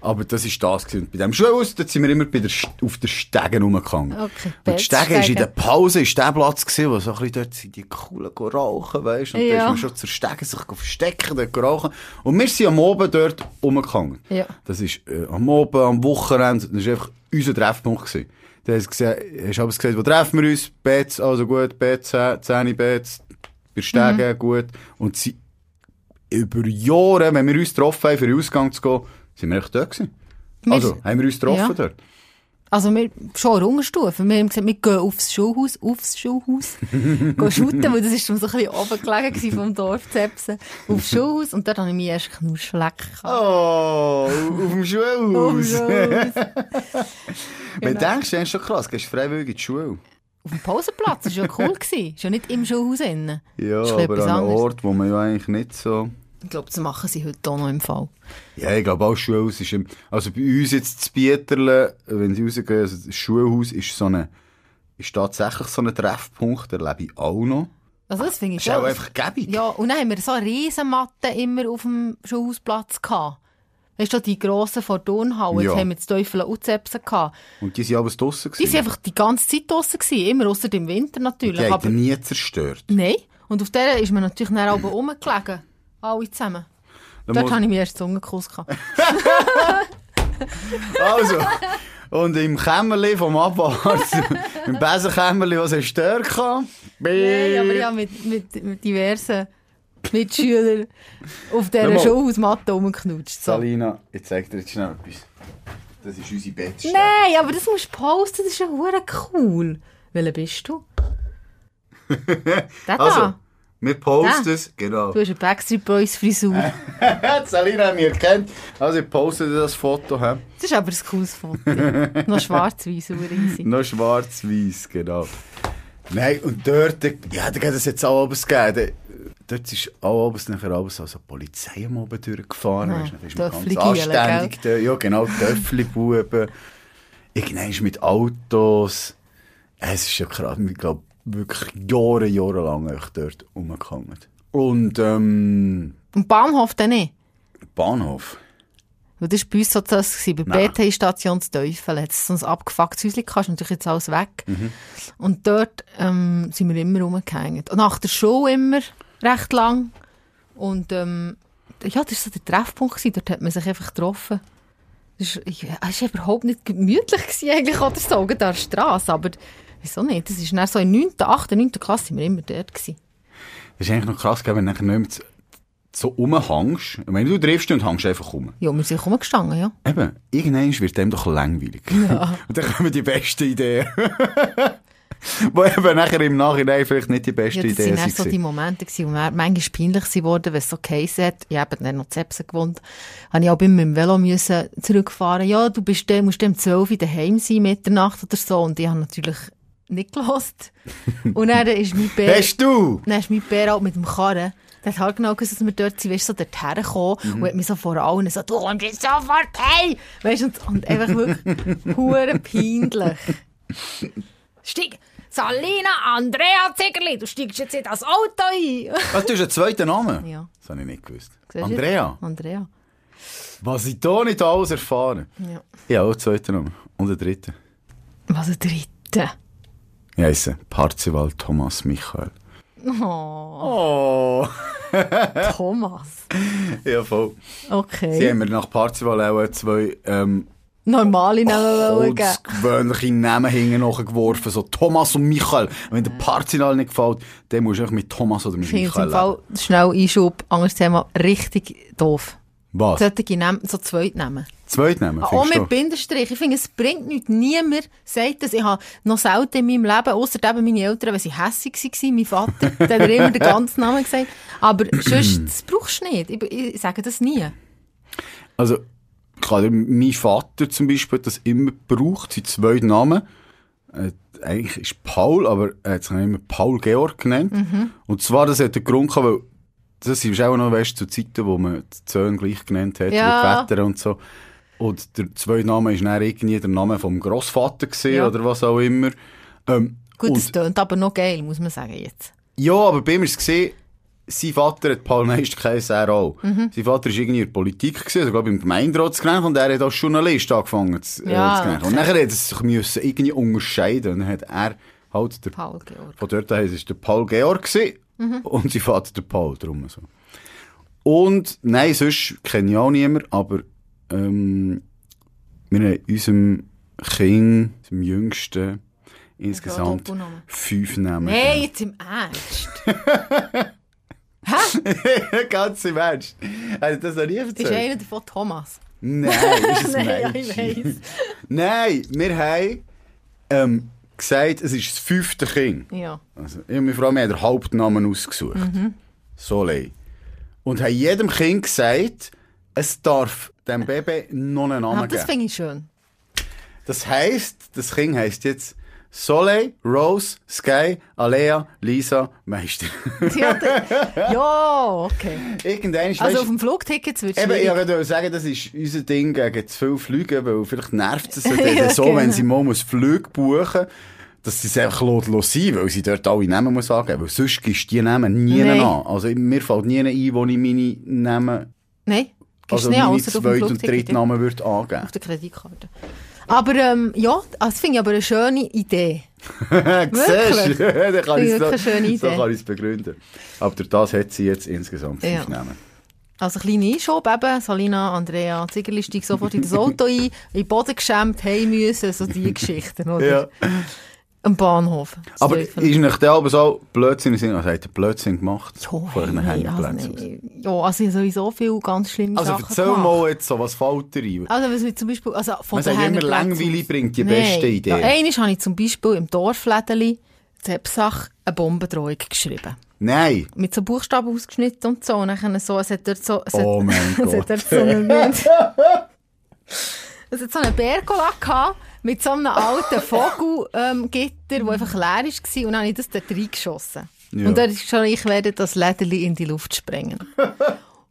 Speaker 2: Aber das ist das. gewesen. Und bei dem Schulhaus, dort sind wir immer bei der, St- auf der Stegen rumgegangen.
Speaker 3: Okay,
Speaker 2: Und die Stegen ist in der
Speaker 3: Bettstegen.
Speaker 2: Pause, ist der Platz gewesen, wo so ein bisschen dort sind die Coolen go rauchen, weisst. Und
Speaker 3: Ja.
Speaker 2: da ist man schon zur Stegen sich go verstecken, dort go rauchen. Und wir sind am Oben dort rumgegangen.
Speaker 3: Ja.
Speaker 2: Das ist äh, am Oben, am Wochenende, das war einfach unser Treffpunkt gewesen. Da hast du gesehen, hast aber gesagt, wo treffen wir uns? Betz, also gut, äh, Betz, 10 Betz, bei Stegen, gut. Und sie, über Jahre, wenn wir uns getroffen haben, für den Ausgang zu gehen, sind wir echt dort gewesen.
Speaker 3: Wir-
Speaker 2: Also, haben wir uns getroffen
Speaker 3: Ja.
Speaker 2: dort.
Speaker 3: Also wir schon eine Unterstufe. Wir haben gesagt, wir gehen aufs Schulhaus, aufs Schulhaus, gehen shooten, weil das ist schon so ein bisschen oben gelegen gewesen vom Dorf Zepsen. Aufs Schulhaus und dort habe ich meinen ersten Knurschleck gehabt.
Speaker 2: Oh, auf dem
Speaker 3: Auf dem
Speaker 2: Schulhaus.
Speaker 3: Schulhaus.
Speaker 2: Wenn du denkst, das ist schon krass, gehst freiwillig in die Schule.
Speaker 3: Auf dem Pausenplatz, das war ja cool. Gewesen. Ist ja nicht im Schulhaus innen.
Speaker 2: Ja,
Speaker 3: Ist ein bisschen
Speaker 2: aber
Speaker 3: etwas
Speaker 2: an einem
Speaker 3: anderes.
Speaker 2: Ort, wo man ja eigentlich nicht so...
Speaker 3: Ich glaube, das machen sie heute auch noch im Fall.
Speaker 2: Ja, ich glaube auch Schulhaus ist... Im, also bei uns jetzt zu Bieterle, wenn sie rausgehen, also das Schulhaus ist so eine... Ist tatsächlich so ein Treffpunkt, erlebe ich auch noch.
Speaker 3: Also das finde ich
Speaker 2: Ist auch
Speaker 3: schon-
Speaker 2: einfach gäbig.
Speaker 3: Ja, und dann haben wir so eine Riesenmatte immer auf dem Schulhausplatz gehabt. Weißt du, die grossen von
Speaker 2: Ja.
Speaker 3: Turnhalle, jetzt haben wir das Teufel und Zepsen gehabt.
Speaker 2: Und die sind aber draussen
Speaker 3: Die waren
Speaker 2: gewesen.
Speaker 3: einfach die ganze Zeit draussen, gewesen, immer außer im Winter
Speaker 2: Die
Speaker 3: natürlich.
Speaker 2: haben
Speaker 3: aber
Speaker 2: die nie zerstört.
Speaker 3: Nein. Und auf der ist man natürlich dann oben rumgelegen. Alle zusammen.
Speaker 2: Da
Speaker 3: Dort
Speaker 2: muss-
Speaker 3: habe ich mir erst Zungenkuss gehabt.
Speaker 2: Also, und im Kämmerli vom Abwart, im Besenkämmerli, was er stört kann.
Speaker 3: Nein,
Speaker 2: Äh.
Speaker 3: aber ich habe mit, mit, mit diversen Mitschülern auf dieser
Speaker 2: mal.
Speaker 3: Schulhausmatte rumgeknutscht. So.
Speaker 2: Salina, ich zeig dir jetzt schnell etwas. Das ist unsere Bettstelle.
Speaker 3: Nein, aber das musst du posten, das ist ja hure cool. Welcher bist du? Der
Speaker 2: Also,
Speaker 3: da.
Speaker 2: wir posten
Speaker 3: Ah.
Speaker 2: es, genau.
Speaker 3: Du hast eine Backstreet Boys Frisur.
Speaker 2: Die Salina hat mich erkannt. Also, ich poste dir das Foto. He.
Speaker 3: Das ist aber ein cooles Foto. Noch schwarz-weiß, hure easy.
Speaker 2: Noch schwarz weiß genau. Nein, und dort, ja, da geht es jetzt auch abends gegeben. Da- Dort ist auch abends nachher abends also die Polizei am Abend durchgefahren.
Speaker 3: Ja,
Speaker 2: weisst du, dann ist man
Speaker 3: Töffli
Speaker 2: ganz
Speaker 3: Giele,
Speaker 2: anständig. da. Ja, genau, Töffli-Buben. Irgendwann ist mit Autos. Es ist ja krass, ich glaube, wirklich Jahre, jahrelang echt dort rumgegangen. Und, ähm,
Speaker 3: Und Bahnhof dann nicht.
Speaker 2: Bahnhof.
Speaker 3: Weil das war bei uns so das. Gewesen. Bei
Speaker 2: Nein.
Speaker 3: BT-Station zu Teufel. Jetzt ist so ein abgefucktes Häuschen, gehabt, ist natürlich jetzt alles weg. Und dort ähm, sind wir immer rumgehängt. Und nach der Schule immer recht lang. Und ähm, ja, das war so der Treffpunkt. Gewesen. Dort hat man sich einfach getroffen. Das war ich- äh, es war überhaupt nicht gemütlich gewesen, eigentlich oder so, an der Straße. Aber wieso nicht? Das ist dann so in 9., 8., 9. Klasse sind wir immer dort. Gewesen.
Speaker 2: Das ist eigentlich noch krass, gell, wenn du nachher nicht mehr so- so rumhängst. Ich meine, du triffst und hängst einfach rum.
Speaker 3: Ja, wir sind rumgestanden, ja.
Speaker 2: Eben, irgendwann wird dem doch langweilig. Und dann kommen die besten Ideen. Wo eben nachher im Nachhinein vielleicht nicht die beste
Speaker 3: Ja, das
Speaker 2: Idee
Speaker 3: waren dann so die Momente, gewesen, wo mir manchmal peinlich sie wurden, wenn es so geheissen hat. Ich habe dann noch zu Epsen gewohnt. Habe ich auch immer mit dem Velo müssen zurückfahren. Ja, du bist, dann- musst dann um 12 Uhr daheim sein, Mitternacht oder so. Und ich habe natürlich nicht gelost. Und dann ist mein Bär,
Speaker 2: Hast du?
Speaker 3: dann ist mein Bär auch mit dem Karren. Der hat halt genau gewusst, dass wir dort sind, weißt du, so dort hergekommen
Speaker 2: Mhm.
Speaker 3: und hat mich so vor allen so, du kommst jetzt sofort heim! Weißt du, und, und einfach wirklich, hure peinlich. Steig, Salina Andrea Zegerli, du steigst jetzt in das Auto ein.
Speaker 2: Was, Ah, du hast einen zweiten Namen?
Speaker 3: Ja.
Speaker 2: Das habe ich nicht gewusst.
Speaker 3: Siehst du?
Speaker 2: Andrea.
Speaker 3: Andrea.
Speaker 2: Was ich da nicht alles erfahren.
Speaker 3: Ja.
Speaker 2: Ja, auch einen zweiten Namen. Und einen dritten.
Speaker 3: Was ein Dritter.
Speaker 2: Ich heisse Parzival Thomas Michael.
Speaker 3: Oh,
Speaker 2: Oh.
Speaker 3: Thomas.
Speaker 2: Ja, voll. Sie
Speaker 3: Okay.
Speaker 2: haben mir nach Parzival auch zwei, ähm,
Speaker 3: Normale Namen wollen
Speaker 2: Holzgewöhnliche Namen hinten nachgeworfen, so Thomas und Michael. Wenn der Parzinal nicht gefällt, dann musst du einfach mit Thomas oder mit
Speaker 3: Ich finde es
Speaker 2: Michael
Speaker 3: im Fall schnell Einschub, anderes Thema, richtig doof.
Speaker 2: leben. Was?
Speaker 3: Solche Namen, so zweit nehmen.
Speaker 2: Zweit nehmen,
Speaker 3: Auch
Speaker 2: findest
Speaker 3: mit
Speaker 2: du?
Speaker 3: Bindestrich. Ich finde, es bringt nichts. Niemand sagt das. Ich habe noch selten in meinem Leben, ausser eben meine Eltern, wenn sie hässig waren, mein Vater, der hat mir immer den ganzen Namen gesagt. Aber sonst, das brauchst du nicht. Ich, ich sage das nie.
Speaker 2: Also, klar, mein Vater zum Beispiel hat das immer gebraucht, seinen zweiten Namen. Äh, eigentlich ist Paul, aber er hat sich immer Paul Georg genannt.
Speaker 3: Mhm.
Speaker 2: Und zwar, das hat den Grund gehabt, weil das ist auch noch, weißt du, zu Zeiten, wo man die Söhne gleich genannt hat,
Speaker 3: Ja.
Speaker 2: mit Väter und so. Und der zweite Name war dann irgendwie der Name vom Grossvater gewesen,
Speaker 3: Ja.
Speaker 2: oder was auch immer. Ähm,
Speaker 3: Gut,
Speaker 2: und-
Speaker 3: das tönt aber noch geil, muss man sagen jetzt.
Speaker 2: ja, aber bei mir war es gesehen, sein Vater hat Palmeister geheißen, er auch.
Speaker 3: Mhm.
Speaker 2: Sein Vater war irgendwie in der Politik, gewesen, also, glaube ich, im Gemeinderat zu gelernt, und er hat als Journalist angefangen zu, äh,
Speaker 3: Ja.
Speaker 2: zu gelernt. Und nachher hat er sich müssen irgendwie unterscheiden und dann hat er halt der,
Speaker 3: Paul Mhm. Georg.
Speaker 2: von dort her war es der Paul Georg gewesen, und sein Vater der Paul, drum so. Und, nein, sonst kenne ich auch niemanden, aber ähm, wir haben unserem Kind, dem Jüngsten, insgesamt
Speaker 3: Doppelnamen.
Speaker 2: fünf Namen.
Speaker 3: Nein, jetzt im Ernst.
Speaker 2: Ganz im Ernst. Hast du das noch nie
Speaker 3: Ist
Speaker 2: erzählt?
Speaker 3: einer davon Thomas?
Speaker 2: Nein, ist es
Speaker 3: Nein, ich
Speaker 2: Mädchen.
Speaker 3: weiss.
Speaker 2: Nein, wir haben ähm, gesagt, es ist das fünfte Kind.
Speaker 3: Ja.
Speaker 2: Also, ich und meine Frau, wir haben den Hauptnamen ausgesucht.
Speaker 3: Mhm.
Speaker 2: Soleil. Und haben jedem Kind gesagt, es darf dem Baby noch einen
Speaker 3: Aber
Speaker 2: Namen
Speaker 3: das
Speaker 2: geben.
Speaker 3: finde ich schön.
Speaker 2: Das heisst, das Kind heisst jetzt Soleil, Rose, Sky, Alea, Lisa, Meister.
Speaker 3: Sie hat- ja, okay.
Speaker 2: Irgendwann
Speaker 3: Also auf
Speaker 2: weisst-
Speaker 3: dem Flugticket wird es
Speaker 2: Eben, ich
Speaker 3: schwierig.
Speaker 2: wollte sagen, das ist unser Ding gegen zu viel Flüge, weil vielleicht nervt es sie dann
Speaker 3: Ja,
Speaker 2: so,
Speaker 3: genau.
Speaker 2: wenn sie mal muss Flüge buchen dass sie es einfach lassen lassen, weil sie dort alle Namen muss angeben muss. Weil sonst gibst du die Namen nie
Speaker 3: Nein.
Speaker 2: an. Also mir fällt nie ein, wo ich meine Namen,
Speaker 3: Nein, gibst
Speaker 2: also
Speaker 3: du nicht
Speaker 2: meine
Speaker 3: aus, auf dem
Speaker 2: zweiten und
Speaker 3: Flugticket.
Speaker 2: dritten
Speaker 3: ja.
Speaker 2: Namen würde angeben.
Speaker 3: Auf der Kreditkarte. Aber ähm, ja, ah, das finde ich aber eine schöne Idee.
Speaker 2: Siehst du? Dann kann
Speaker 3: Wirklich
Speaker 2: ich's
Speaker 3: eine schöne
Speaker 2: so
Speaker 3: Idee.
Speaker 2: kann ich es begründen. Aber durch das hat sie jetzt insgesamt fünf
Speaker 3: Ja.
Speaker 2: Namen.
Speaker 3: Also kleine Einschub eben, Salina, Andrea, Ziegerli steigt sofort in das Auto ein, in den Boden geschämt, heim müssen, so die Geschichten, oder? Am Bahnhof. Das
Speaker 2: Aber
Speaker 3: Zeug
Speaker 2: ist
Speaker 3: von-
Speaker 2: nicht der aber so Blödsinn, also hat er Blödsinn gemacht?
Speaker 3: Ja,
Speaker 2: Von euren
Speaker 3: hey,
Speaker 2: Hängeplätzen
Speaker 3: Oh, also,
Speaker 2: aus.
Speaker 3: nee. ja, also ich habe sowieso viele ganz schlimme
Speaker 2: Also
Speaker 3: Sachen
Speaker 2: erzähl
Speaker 3: gemacht.
Speaker 2: mal jetzt so, was fällt dir ein?
Speaker 3: Also was wir zum Beispiel, also von
Speaker 2: Man
Speaker 3: den
Speaker 2: sagt immer,
Speaker 3: Hängerplätzen
Speaker 2: Langweile
Speaker 3: aus.
Speaker 2: bringt die beste Idee.
Speaker 3: Ja, einmal habe ich zum Beispiel im Dorflädeli Zepsach eine Bombendrohung geschrieben.
Speaker 2: Nein.
Speaker 3: Mit so Buchstaben ausgeschnitten und so. Und dann so, es hat dort so... Es
Speaker 2: Oh
Speaker 3: hat,
Speaker 2: mein
Speaker 3: Es
Speaker 2: Gott.
Speaker 3: hat dort so einen... es hat so einen Bergola gehabt, mit so einem alten Vogelgitter, ähm, Gitter, wo einfach leer war. Und dann habe ich das dort reingeschossen.
Speaker 2: Ja.
Speaker 3: Und dort ist schon, ich werde das Läderli in die Luft sprengen.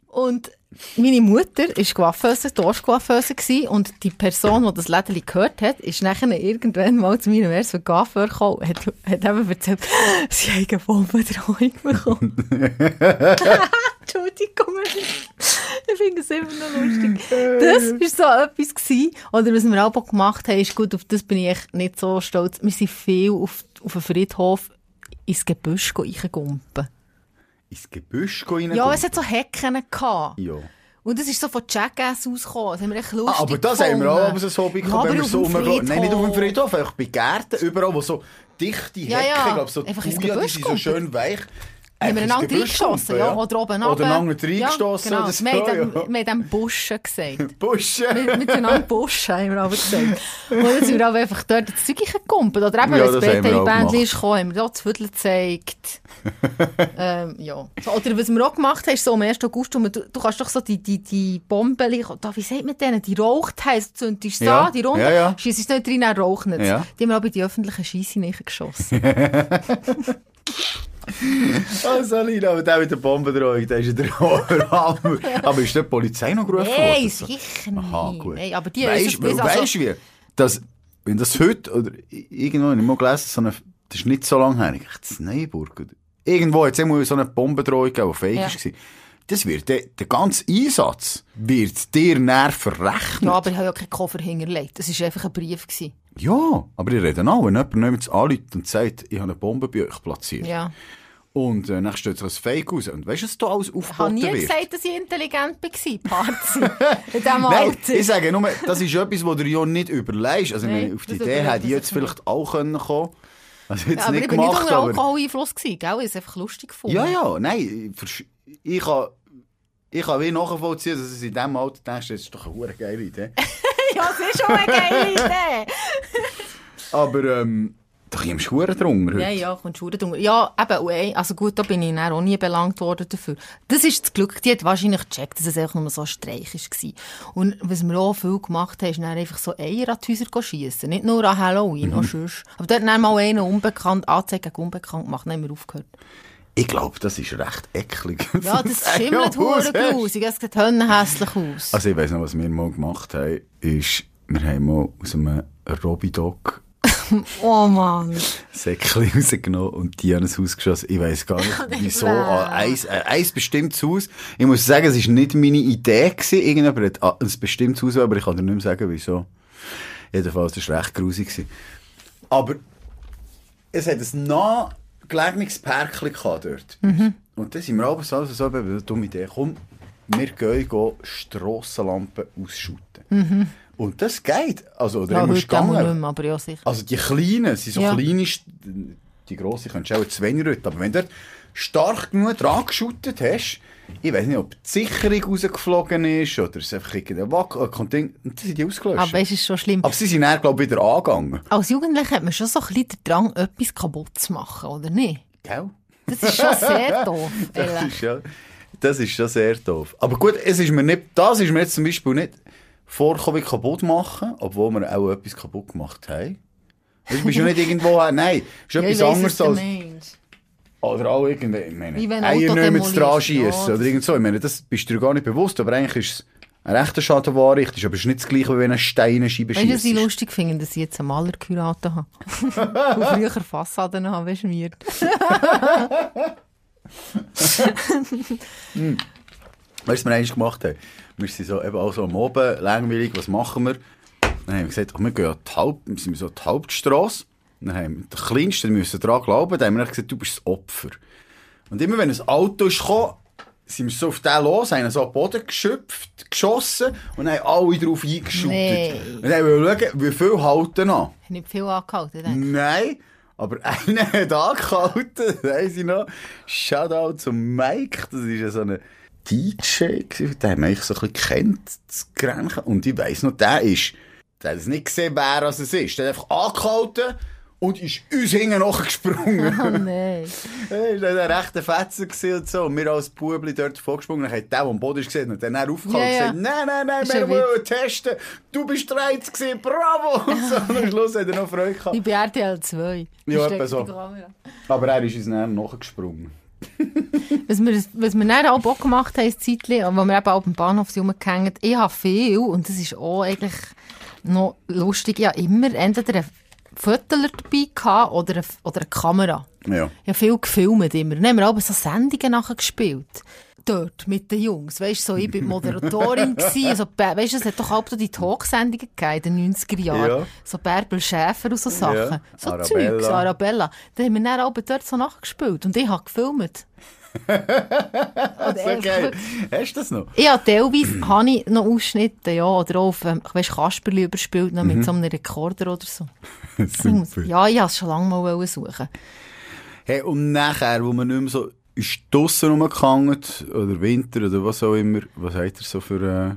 Speaker 3: Und meine Mutter war Coiffeuse, Dorfcoiffeuse gsi und die Person, die das Lädeli gehört hat, ist nachher irgendwann mal zu meinem ersten Coiffeur gekommen und hat, hat eben erzählt, sie haben eine Bombendrohung bekommen. Entschuldigung, ich finde es immer noch lustig.
Speaker 2: Äh.
Speaker 3: Das war so etwas. Gewesen. Oder was wir auch gemacht haben, ist gut, auf das bin ich echt nicht so stolz. Wir sind viel auf, auf den Friedhof ins Gebüsch reingumpen.
Speaker 2: Ins Gebüsch rein.
Speaker 3: Ja, es hat so Hecken gehabt.
Speaker 2: ja.
Speaker 3: Und das ist so von Jackass ausgekommen. Das haben wir echt lustig
Speaker 2: Ah, aber das haben wir auch als ein Hobby
Speaker 3: Ja,
Speaker 2: gehabt,
Speaker 3: aber
Speaker 2: wenn wir
Speaker 3: auf
Speaker 2: so
Speaker 3: dem
Speaker 2: rumgehen. Nein, nicht auf dem
Speaker 3: Friedhof.
Speaker 2: Friedhof, einfach bei Gärten, überall, wo so dichte Hecken,
Speaker 3: Ja, ja.
Speaker 2: glaub, so
Speaker 3: Einfach ins
Speaker 2: Thuja, die
Speaker 3: Gebüsch
Speaker 2: sind so
Speaker 3: gumpelt.
Speaker 2: schön weich.
Speaker 3: Haben wir
Speaker 2: Einfach ins
Speaker 3: einander
Speaker 2: Äh, Gebüsch
Speaker 3: reingeschossen,
Speaker 2: gumpeln,
Speaker 3: ja. Oder oben
Speaker 2: Oder einander
Speaker 3: runter.
Speaker 2: reingeschossen.
Speaker 3: Ja, genau.
Speaker 2: oder so,
Speaker 3: wir, haben
Speaker 2: ja.
Speaker 3: dann, wir haben dann Buschen gesagt.
Speaker 2: Buschen.
Speaker 3: Mit- Miteinander Buschen haben wir aber gesagt. Und dann sind wir aber einfach dort ins Zeug gekumpelt. Oder eben,
Speaker 2: Ja,
Speaker 3: wenn
Speaker 2: das
Speaker 3: das
Speaker 2: haben wir auch
Speaker 3: Bändchen
Speaker 2: gemacht.
Speaker 3: ist gekommen, haben wir da das Viertel gezeigt. ähm, ja. So, oder was wir auch gemacht haben, ist so am 1. August, und du, du kannst doch so die, die, die Bomben, da, wie sagt man denen, die raucht haben, so zündest du
Speaker 2: Ja,
Speaker 3: an, die Runde,
Speaker 2: ja, ja.
Speaker 3: schiessest es nicht rein, dann raucht es.
Speaker 2: Ja.
Speaker 3: Die haben wir auch bei die öffentlichen Scheisse reingeschossen.
Speaker 2: Oh, Salina, aber der mit der Bombendrohung, der ist ja der Oberhammer. aber ist der Polizei noch gerufen
Speaker 3: Nein,
Speaker 2: worden?
Speaker 3: sicher nicht.
Speaker 2: Aha, gut.
Speaker 3: Nein, aber die
Speaker 2: weißt,
Speaker 3: ist
Speaker 2: weil, weißt du wie? Das, wenn das heute oder i- irgendwo, ich habe mal gelesen, so eine, das ist nicht so lange her, ich dachte, Neuburg. Oder, irgendwo hat es immer so eine Bombendrohung gegeben, die fake
Speaker 3: Ja.
Speaker 2: war. Das wird, der, der ganze Einsatz wird dir näher verrechnet.
Speaker 3: Ja, aber ich habe ja keinen Koffer hinterlegt. Es war einfach ein Brief. Gewesen.
Speaker 2: Ja, aber ich rede auch, wenn jemand nichts anruft und sagt, ich habe eine Bombe bei euch platziert.
Speaker 3: Ja.
Speaker 2: Und äh, dann steht so ein Fake raus. Und weißt du, was da alles
Speaker 3: Ich habe
Speaker 2: aufgeboten
Speaker 3: nie
Speaker 2: wird?
Speaker 3: gesagt, dass ich intelligent war, Parzi. In diesem
Speaker 2: Nein,
Speaker 3: Alter.
Speaker 2: ich sage nur, das ist etwas, was du ja nicht überlegst. Also, ich
Speaker 3: Nein,
Speaker 2: meine, auf die
Speaker 3: das
Speaker 2: Idee
Speaker 3: überlegt
Speaker 2: hätte ich
Speaker 3: man
Speaker 2: jetzt
Speaker 3: sich nicht.
Speaker 2: vielleicht auch können kommen Also, jetzt
Speaker 3: ja, aber
Speaker 2: nicht
Speaker 3: ich bin nicht
Speaker 2: gemacht,
Speaker 3: unter
Speaker 2: aber.
Speaker 3: Alkoholeinfluss, gewesen, gell? Ich habe es einfach lustig gefunden.
Speaker 2: Ja, ja, nein. ich versch- Ich kann, ich kann wie nachvollziehen, dass es in diesem Alter denkst, das ist doch eine hure geile Idee.
Speaker 3: ja, das ist schon eine geile Idee.
Speaker 2: aber, ähm, da kommst du hure drunter.
Speaker 3: ja,
Speaker 2: heute.
Speaker 3: ja, kommst du drunter. Ja, eben, und ein- also gut, da bin ich dann auch nie belangt worden dafür. Das ist das Glück, die hat wahrscheinlich gecheckt, dass es einfach nur so ein Streich war. Und was wir auch viel gemacht haben, ist dann einfach so Eier an die Häuser schiessen. Nicht nur an Halloween,
Speaker 2: Mhm.
Speaker 3: auch sonst. Aber dort dann mal einen unbekannt, Anzeige gegen unbekannt gemacht, dann haben wir aufgehört.
Speaker 2: Ich glaube, das ist recht ecklig.
Speaker 3: Ja, das schimmelt hure grusig, es sieht hönnenhässlich aus.
Speaker 2: Also ich eh, weiss noch, was wir mal gemacht haben, ist, wir haben mal aus einem Robidog
Speaker 3: Oh Mann.
Speaker 2: Säckchen rausgenommen und die an ein Haus geschossen. Ich weiss gar nicht, wieso. Ah, An ein, an ein bestimmtes Haus. Ich muss sagen, es war nicht meine Idee. Gewesen. Irgendjemand hat an ein bestimmtes Haus, aber ich kann dir nicht mehr sagen, wieso. Jedenfalls, das war recht grusig. gewesen. Aber es hat ein nahegelegenes Pärkchen gehabt dort. Und dann sind wir abends also so, eben, dumme Idee, komm, wir gehen, gehen Strassenlampen ausschütten. Und das geht. Also, oder
Speaker 3: Ja,
Speaker 2: immer
Speaker 3: heute auch
Speaker 2: gegangen.
Speaker 3: nicht mehr, aber ja, sicher.
Speaker 2: Also die kleinen, sie so
Speaker 3: Ja.
Speaker 2: kleine, St- die grossen kannst du auch zwei rütteln. Aber wenn du dort stark genug dran geschüttet hast, ich weiß nicht, ob die Sicherung rausgeflogen ist oder es einfach irgendein Wackel, äh, kommt Ding, und dann sind die ausgelöscht.
Speaker 3: Aber weißt du, es ist schon schlimm.
Speaker 2: Aber sie sind dann, glaube ich, wieder angegangen.
Speaker 3: Als Jugendlicher hat man schon so ein bisschen den Drang, etwas kaputt zu machen, oder nicht?
Speaker 2: Gell?
Speaker 3: Das ist schon sehr doof.
Speaker 2: Das
Speaker 3: ehrlich.
Speaker 2: ist, ja, das ist schon sehr doof. Aber gut, es ist mir nicht, das ist mir jetzt zum Beispiel nicht vorgekommen wie kaputt machen, obwohl wir auch etwas kaputt gemacht haben. Du bist ja nicht irgendwo, nein, es ist
Speaker 3: Ja,
Speaker 2: etwas
Speaker 3: ich weiss, was
Speaker 2: anderes
Speaker 3: du
Speaker 2: als...
Speaker 3: meinst.
Speaker 2: Oder auch irgendwie, ich
Speaker 3: Wie wenn
Speaker 2: meine,
Speaker 3: ein Auto
Speaker 2: Eier nicht mehr zu dran
Speaker 3: demolierst,
Speaker 2: schiessen
Speaker 3: ja.
Speaker 2: oder irgend so. Ich meine, das bist du dir gar nicht bewusst, aber eigentlich ist es ein rechter Schaden, der anrichtest, aber es ist nicht das gleiche, wie wenn ein Stein eine Scheibe
Speaker 3: Weißt du, was ich
Speaker 2: schiesst.
Speaker 3: lustig finde, dass ich jetzt einen Maler geheiratet habe? Und früher Fassaden habe, weißt du, mir.
Speaker 2: Weißt du, was wir eigentlich gemacht haben? Wir sind so, eben auch so am Oben, langweilig, was machen wir? Dann haben wir gesagt, ach, wir gehen an die Haupt, wir sind so an die Hauptstrasse. Dann haben wir den Kleinsten müssen dran glauben, dann haben wir dann gesagt, du bist das Opfer. Und immer wenn ein Auto ist gekommen, sind wir so auf den los, haben ihn so an den Boden geschöpft, geschossen und haben alle drauf eingeschüttet.
Speaker 3: Nee.
Speaker 2: Und dann haben wir schauen, wie viel halten an.
Speaker 3: Nicht viel angehalten. denke
Speaker 2: Nein, aber einer hat angehalten, weiss ich noch. Shoutout zum Mike, das ist ja so ein DJ, gewesen, den haben wir eigentlich so ein bisschen kennt, das Grenchen. Und ich weiss noch, der ist, der hat es nicht gesehen, wer es ist. Der hat einfach angehalten und ist uns hinten nachgesprungen.
Speaker 3: ich. Oh nein.
Speaker 2: Er war ein rechter Fetzer gewesen und so. Und wir als Bubli dort vorgesprungen. Dann hat der, der am Boden ist, gesehen und dann aufgehalten
Speaker 3: Ja, ja.
Speaker 2: und gesagt, nein, nein, nein,
Speaker 3: Ist
Speaker 2: wir
Speaker 3: ja
Speaker 2: wollen testen. Du bist bereit gewesen, bravo. Und so, und am Schluss hat er noch Freude gehabt.
Speaker 3: Ich bin RTL 2.
Speaker 2: Ja,
Speaker 3: Steckt
Speaker 2: etwa so.
Speaker 3: die Kamera.
Speaker 2: Aber er ist uns dann nachgesprungen.
Speaker 3: Was wir, was wir dann auch Bock gemacht haben, ein Zeitchen, und wo wir eben auch am Bahnhof sind rumgehängt ich habe viel, und das ist auch eigentlich noch lustig, ich habe immer entweder einen Fötterler dabei gehabt oder eine, oder eine Kamera.
Speaker 2: Ja.
Speaker 3: Ich habe viel gefilmt immer. Dann haben wir aber so Sendungen nachher gespielt. Dort, mit den Jungs. Weißt du, so, ich bin Moderatorin gewesen. Also, Bär- weißt du, es hat doch halb die Talksendungen gegeben in den 90er Jahren.
Speaker 2: Ja.
Speaker 3: So Bärbel Schäfer und so Sachen.
Speaker 2: Ja.
Speaker 3: So
Speaker 2: Arabella.
Speaker 3: Zeugs, Arabella. Dann haben wir dann aber dort so nachgespielt. Und ich habe gefilmt.
Speaker 2: So geil. Hast du das noch?
Speaker 3: Ich habe teilweise habe ich noch Ausschnitte, ja, oder auch auf, ähm, weißt, Kasperli überspielt, noch
Speaker 2: Mhm.
Speaker 3: mit so einem Rekorder oder so. Ich muss- Ja, ich wollte es schon lange mal wollen suchen.
Speaker 2: Hey, und nachher, wo man nicht mehr so ist draussen rumgehangen, oder Winter, oder was auch immer, was hat er so für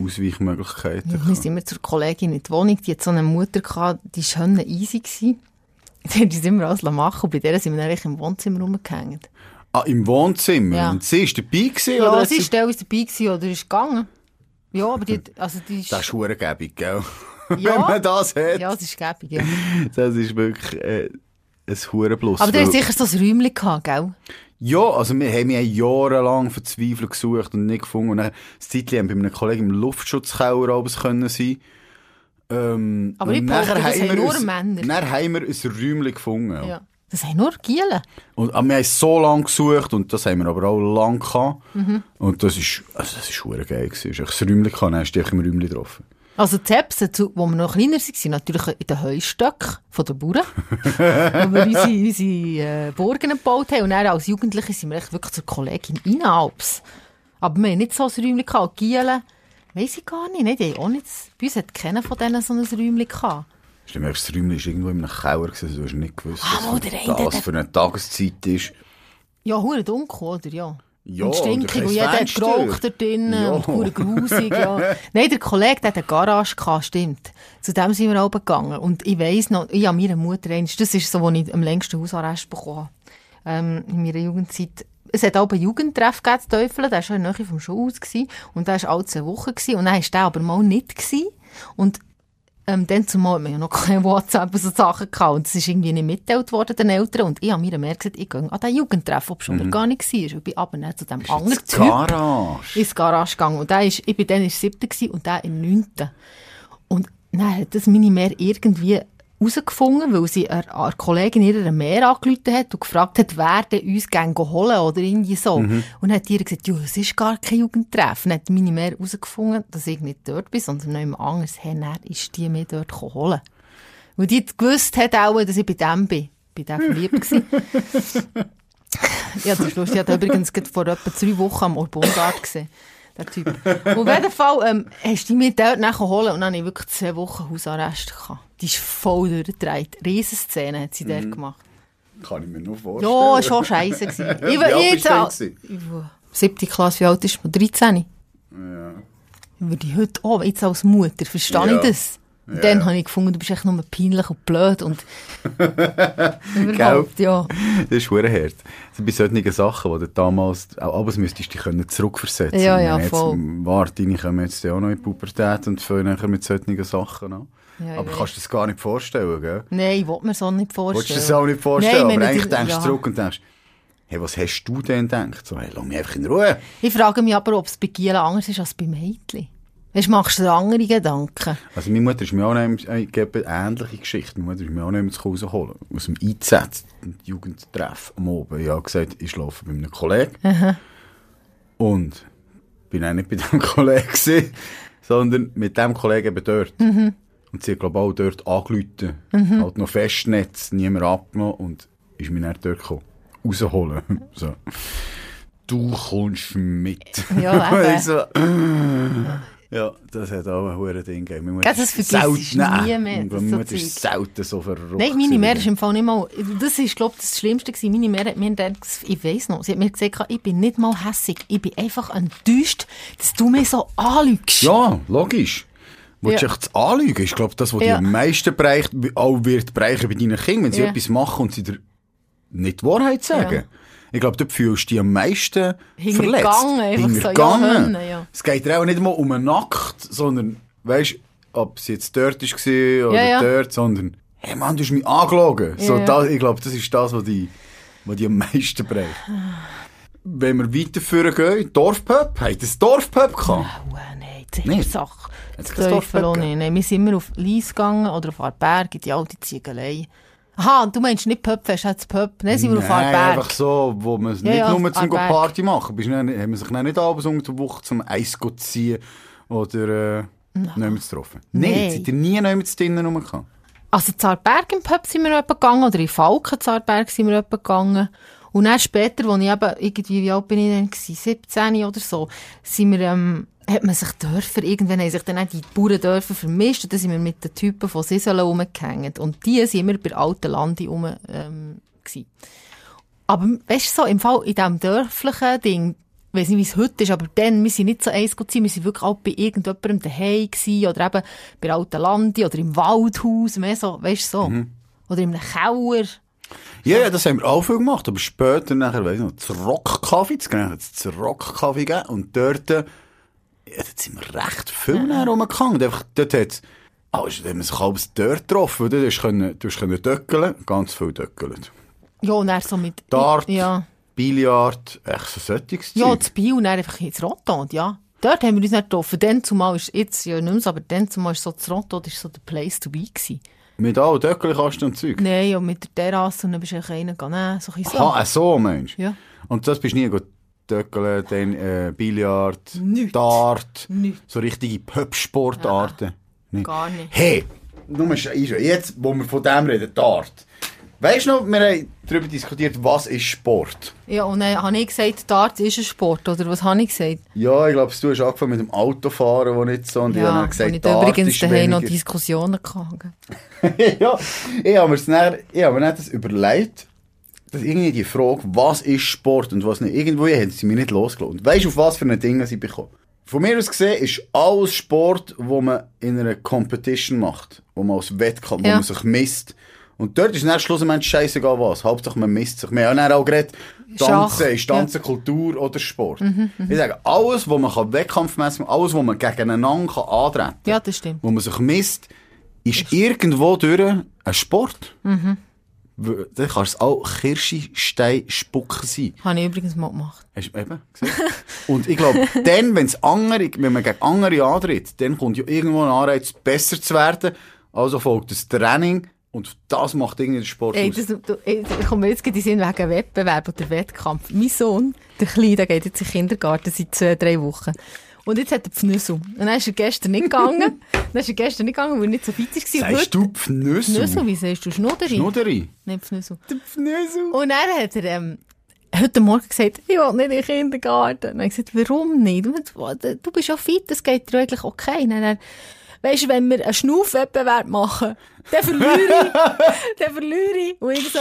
Speaker 2: äh, Ausweichmöglichkeiten?
Speaker 3: Wir sind immer zur Kollegin in die Wohnung, die hat so eine Mutter gehabt, die war schön easy. Gewesen. Die hat uns immer alles machen und bei der sind wir dann eigentlich im Wohnzimmer rumgehängt.
Speaker 2: Ah, im Wohnzimmer.
Speaker 3: Ja.
Speaker 2: Und sie ist dabei gewesen, oder?
Speaker 3: Ja,
Speaker 2: hat
Speaker 3: sie war teilweise dabei gewesen, oder ist gegangen. Ja, aber die, hat- also die ist...
Speaker 2: Das ist hurengebig, gell?
Speaker 3: Ja.
Speaker 2: Wenn man das hat.
Speaker 3: ja, sie ist gäbig, ja.
Speaker 2: Das ist wirklich äh, ein Hurenplus.
Speaker 3: Aber der
Speaker 2: Weil-
Speaker 3: hat sicher so ein Räumchen gehabt, gell?
Speaker 2: Ja, also wir haben ja jahrelang verzweifelt gesucht und nicht gefunden. Und dann, das Zeitchen haben wir bei einem Kollegen im Luftschutzkeller abends können sein. Ähm,
Speaker 3: Aber ich
Speaker 2: und
Speaker 3: behaupte,
Speaker 2: nachher
Speaker 3: das haben nur
Speaker 2: ein-
Speaker 3: Männer.
Speaker 2: Dann haben wir ein Räumchen gefunden. Ja.
Speaker 3: Ja. Das haben nur Gielen.
Speaker 2: Und, aber wir haben so lange gesucht und das haben wir aber auch lange gehabt.
Speaker 3: Mhm.
Speaker 2: Und das ist, also das ist verdammt geil gewesen. Ich ein Räumchen gehabt, dann hast du dich im Räumchen getroffen.
Speaker 3: Also die Zepsen, zu- wo wir noch kleiner waren, natürlich in den Heustöcken von den Bauern, wo wir unsere, unsere äh, Burgen gebaut haben. Und dann als Jugendliche sind wir echt wirklich zur Kollegin Inalps. Aber wir haben nicht so ein Räumchen gehabt. Gielen, weiss ich gar nicht. ne? Die haben auch nicht, bei uns hat keiner von denen so ein Räumchen gehabt.
Speaker 2: Stimmt, das Räumchen war irgendwo in einem Keller, gewesen, also du hast nicht gewusst,
Speaker 3: Ah, wo der eine
Speaker 2: was das
Speaker 3: dort-
Speaker 2: für eine Tageszeit ist.
Speaker 3: Ja, hure dunkel, oder? Ja.
Speaker 2: Ja,
Speaker 3: und stinkig,
Speaker 2: oder
Speaker 3: und jeder
Speaker 2: kein
Speaker 3: hat geraucht da
Speaker 2: Fenster.
Speaker 3: drinnen
Speaker 2: Ja.
Speaker 3: und hure grusig, ja. Nein, der Kollege, der hat eine Garage gehabt, stimmt. Zu dem sind wir oben gegangen. Und ich weiss noch, ich habe meiner Mutter eins, das ist so, wo ich am längsten Hausarrest bekommen habe, ähm, in meiner Jugendzeit. Es hat auch einen Jugendtreff gegeben, zu Teufeln, der war schon in der Nähe vom Schulhaus gewesen, und der war alle zwei Wochen gewesen, und dann war der aber mal nicht gewesen. Und ähm, dann zumal hat man ja noch kein WhatsApp und so Sachen gehabt. Und es ist irgendwie nicht mitteilt worden den Eltern. Und ich habe mir mehr gesagt, ich gehe an den Jugendtreff, ob schon gar nicht war. Ich bin aber nicht zu dem anderen
Speaker 2: Das
Speaker 3: Typ
Speaker 2: Garage.
Speaker 3: ins Garage gegangen. Und der ist, ich bin dann in der siebten gewesen und der in der neunten. Und dann hat das meine Mehr irgendwie herausgefunden, weil sie eine, eine Kollegin ihrer Mehr angerufen hat und gefragt hat, wer denn uns gerne holen oder irgendwie so. Und hat ihr gesagt, ja, es ist gar kein Jugendtreff. Dann hat meine Mehr herausgefunden, dass ich nicht dort bin, sondern noch jemand anderes. Hey, dann ist die mir dort holen. Weil die gewusst hat auch, dass ich bei dem bin. Bei dem verliebt gewesen. Ja, das ist lustig. Ich habe übrigens gerade vor etwa drei Wochen am Orbongard gesehen. Der Typ. Und auf jeden Fall ähm, hast du mich dort nachher holen und dann hatte ich wirklich zwei Wochen Hausarrest. Gehabt. Die ist voll durchgedreht. Riesenszene hat sie dort gemacht.
Speaker 2: Kann ich mir nur Mhm. vorstellen.
Speaker 3: Ja, schon scheiße gewesen.
Speaker 2: Wie alt bist du denn gewesen?
Speaker 3: Siebte Klasse, wie alt ist man? 13? Ja. Würde ich heute auch, jetzt als Mutter, verstehe
Speaker 2: Ja.
Speaker 3: ich das? Und
Speaker 2: Ja,
Speaker 3: dann
Speaker 2: ja.
Speaker 3: habe ich gefunden, du bist echt nur peinlich und blöd und überhaupt, ja.
Speaker 2: Das ist verdammt hart. Also Bei solchen Sachen, die du damals, auch aber es müsstest du dich können zurückversetzen
Speaker 3: Ja, ja,
Speaker 2: Und jetzt,
Speaker 3: voll.
Speaker 2: Warte, ich komme jetzt ja auch noch in die Pubertät und fange nachher mit solchen Sachen an.
Speaker 3: Ja, ich
Speaker 2: aber
Speaker 3: weiß.
Speaker 2: kannst du das gar nicht vorstellen, gell?
Speaker 3: Nein, ich wollte mir so nicht vorstellen.
Speaker 2: Wolltest du das auch nicht vorstellen,
Speaker 3: Nein, ich
Speaker 2: aber
Speaker 3: meine,
Speaker 2: eigentlich
Speaker 3: die-
Speaker 2: denkst du
Speaker 3: ja.
Speaker 2: zurück und denkst, hey, was hast du denn gedacht? So, hey, lass mich einfach in Ruhe.
Speaker 3: Ich frage mich aber, ob es bei Gielen anders ist als bei Mädchen. Weißt, du, machst du dir andere Gedanken?
Speaker 2: Also meine Mutter ist mir auch nicht, äh, ich gebe eine ähnliche Geschichte, meine Mutter ist mir auch nicht mehr rausholen. Aus dem IZ, dem Jugendtreff am Oben. Ich habe gesagt, ich schlafe bei einem Kollegen. Und bin auch nicht bei diesem Kollegen gewesen, sondern mit dem Kollegen eben dort. Und sie hat, glaube ich, auch dort angerufen. Halt noch Festnetz, niemand abgenommen und ist mir dann dort gekommen. Rausholen. So. Du kommst mit.
Speaker 3: Ja, eben.
Speaker 2: Ich so, ja, das hat auch ein hohes Ding gegeben. Meine Mutter
Speaker 3: Gell, das
Speaker 2: ist
Speaker 3: vergisst du
Speaker 2: selten-
Speaker 3: nie mehr,
Speaker 2: Meine
Speaker 3: das so
Speaker 2: Mutter ist
Speaker 3: Zeug.
Speaker 2: selten so verrückt.
Speaker 3: Nein, meine Mehr ist
Speaker 2: gewesen.
Speaker 3: im Fall nicht mal... Das ist, glaube ich, das Schlimmste gewesen. Meine Mehr hat mir dann... Ich weiss noch, sie hat mir gesagt, ich bin nicht mal hässig. Ich bin einfach enttäuscht, dass du mich so anlügst.
Speaker 2: Ja, logisch. Willst du
Speaker 3: Ja.
Speaker 2: dich zu anlügen? Ich glaube, das, was dich
Speaker 3: Ja.
Speaker 2: am meisten bereicht, auch wird bereichen bei deinen Kindern, wenn sie
Speaker 3: Ja.
Speaker 2: etwas machen und sie dir nicht die Wahrheit sagen.
Speaker 3: Ja.
Speaker 2: Ich glaube, du fühlst dich am meisten
Speaker 3: Hintergangen,
Speaker 2: verletzt.
Speaker 3: einfach so, ja,
Speaker 2: Hintergangen.
Speaker 3: Hönne, ja.
Speaker 2: Es geht dir auch nicht mal um eine Nacht, sondern, weißt ob sie jetzt dort war oder
Speaker 3: Ja, ja.
Speaker 2: dort, sondern, hey Mann, du hast mich angelogen. so,
Speaker 3: Ja, ja.
Speaker 2: Das, ich glaube, das ist das, was dich was dich am meisten bereicht. Wenn wir weiterführen gehen, Dorfpub, habt ihr das Dorfpub gehabt?
Speaker 3: Oh, äh, nein, das ist
Speaker 2: Nein.
Speaker 3: eine Sache.
Speaker 2: Hat's
Speaker 3: Das
Speaker 2: kein Dorf
Speaker 3: Teufel auch
Speaker 2: gegeben?
Speaker 3: nicht. Nein, wir sind immer auf Lies gegangen oder auf Arberg, in die alte Ziegelei. Aha, du meinst nicht Pöpfest, hat es Pöpp. Nein, sind wir auf
Speaker 2: Nein,
Speaker 3: Arberg.
Speaker 2: einfach so, wo man es
Speaker 3: Ja,
Speaker 2: nicht
Speaker 3: ja,
Speaker 2: nur zum
Speaker 3: Arberg.
Speaker 2: Party machen. Bist dann, haben wir sich dann nicht abends unter der Woche zum Eis zu ziehen oder äh, no. zu getroffen. Nein,
Speaker 3: Nein.
Speaker 2: seid ihr nie niemand zu drinnen rumgekommen?
Speaker 3: Also in Zarberg im Pub sind wir jemanden gegangen, oder in Falken Zarberg sind wir jemanden gegangen. Und dann später, als ich eben, irgendwie, wie alt bin ich denn gewesen? 17 oder so, sind wir, ähm, hat man sich Dörfer, irgendwann haben sich dann auch die Bauerndörfer vermischt und dann sind wir mit den Typen von Siselen rumgehängt. Und die sind immer bei alten Landi rum, ähm, gewesen. Aber weißt du so, im Fall in diesem dörflichen Ding, ich weiss nicht, wie es heute ist, aber dann, wir sind nicht so eins gewesen, wir sind wirklich auch bei irgendjemandem daheim gewesen, oder eben bei alten Landi, oder im Waldhaus, mehr so, weißt du so.
Speaker 2: Mhm.
Speaker 3: Oder in einem Keller.
Speaker 2: Ja, ja, das haben wir auch viel gemacht, aber später nachher, weiss ich noch, das Rockkaffee, das genau, das Rockkaffee gegeben und dort, äh, ja, dort sind wir recht viel näher rumgegangen. Und Einfach, dort hat oh, da haben wir sich halbes dort getroffen, weil dort hast du können, du hast können döckeln, ganz viel döckeln.
Speaker 3: Ja, und dann so mit...
Speaker 2: Dart,
Speaker 3: Ja,
Speaker 2: Billard, echt so solches
Speaker 3: ja
Speaker 2: Zeug.
Speaker 3: das Bio und dann einfach ins Rottond, ja. Dort haben wir uns nicht getroffen. Dann zumal ist, jetzt ja nicht mehr so, aber dann zumal ist so das Rottond ist so der Place to be gewesen.
Speaker 2: Mit allen Döckelkasten und Zeug.
Speaker 3: Nein, und mit der Terrasse und dann bist du einfach reingegangen, so ein bisschen so.
Speaker 2: Aha, äh, so meinst du?
Speaker 3: Ja.
Speaker 2: Und das bist nie gut. Döckeln, dann äh, Billard,
Speaker 3: Nicht.
Speaker 2: Dart,
Speaker 3: Nicht.
Speaker 2: so richtige Pöpp-Sportarten. Nicht.
Speaker 3: Gar nicht.
Speaker 2: Hey, nur Scheiße, jetzt, wo wir von dem reden, Dart. Weißt du noch, wir haben darüber diskutiert, was ist Sport?
Speaker 3: Ja, und dann habe ich gesagt, Dart ist ein Sport, oder was habe ich gesagt?
Speaker 2: Ja, ich glaube, du hast angefangen mit dem Autofahren, wo nicht so, und ich habe dann gesagt,
Speaker 3: und ich
Speaker 2: Dart
Speaker 3: übrigens
Speaker 2: ist
Speaker 3: daheim noch
Speaker 2: weniger-
Speaker 3: Diskussionen gehabt.
Speaker 2: ja, ich habe mir das dann- ich habe mir dann das überlegt, dass irgendwie die Frage, was ist Sport und was nicht, irgendwo haben sie mich nicht losgelassen. Und weißt du, auf was für ein Ding sie bekommen? Von mir aus gesehen ist dus alles Sport, wo man in einer Competition macht, wo man als Wettkampf, wo
Speaker 3: Ja.
Speaker 2: man sich misst. Und dort ist dann schlussendlich scheißegal was. Hauptsache man misst sich. Wir haben ja dann auch geredet,
Speaker 3: Schach,
Speaker 2: Tanzen ist Tanzen Kultur oder Sport. ich sage, alles, wo man kann Wettkampfmessen, alles, wo man gegeneinander kann antreten
Speaker 3: Ja, das stimmt.
Speaker 2: wo man sich misst, ist irgendwo durch ein Sport. Mhm. Dann kann es auch Kirschenstein spucken sein.
Speaker 3: Habe ich übrigens mal gemacht.
Speaker 2: Hast du eben gesehen? Und ich glaube, dann, wenn's andere, wenn man gegen andere antritt, dann kommt ja irgendwo ein Anreiz, besser zu werden. Also folgt das Training, Und das macht irgendwie den Sport
Speaker 3: Ey,
Speaker 2: aus.
Speaker 3: das, du, ey, ich komme jetzt gerade in den Sinn wegen Wettbewerb oder Wettkampf. Mein Sohn, der Kleine, der geht jetzt in den Kindergarten seit zwei, drei Wochen. Und jetzt hat er Pfnüssel. Und dann ist er gestern nicht gegangen. dann ist er gestern nicht gegangen, weil er nicht so fit war. Und heute-
Speaker 2: Sagst du Pfnüssel?
Speaker 3: Pfnüssel, wie sagst du? Schnudderi?
Speaker 2: Schnudderi?
Speaker 3: Nein, um. Pfnüssel.
Speaker 2: Pfnüssel?
Speaker 3: Und dann hat er ähm, heute Morgen gesagt, ich will nicht in den Kindergarten. Und dann habe ich gesagt, warum nicht? Und er, Du bist ja fit, das geht dir eigentlich okay. Und dann, hat er, weisst du, wenn wir einen Schnaufwettbewerb machen, dann verliere ich. dann verliere ich. Und ich so,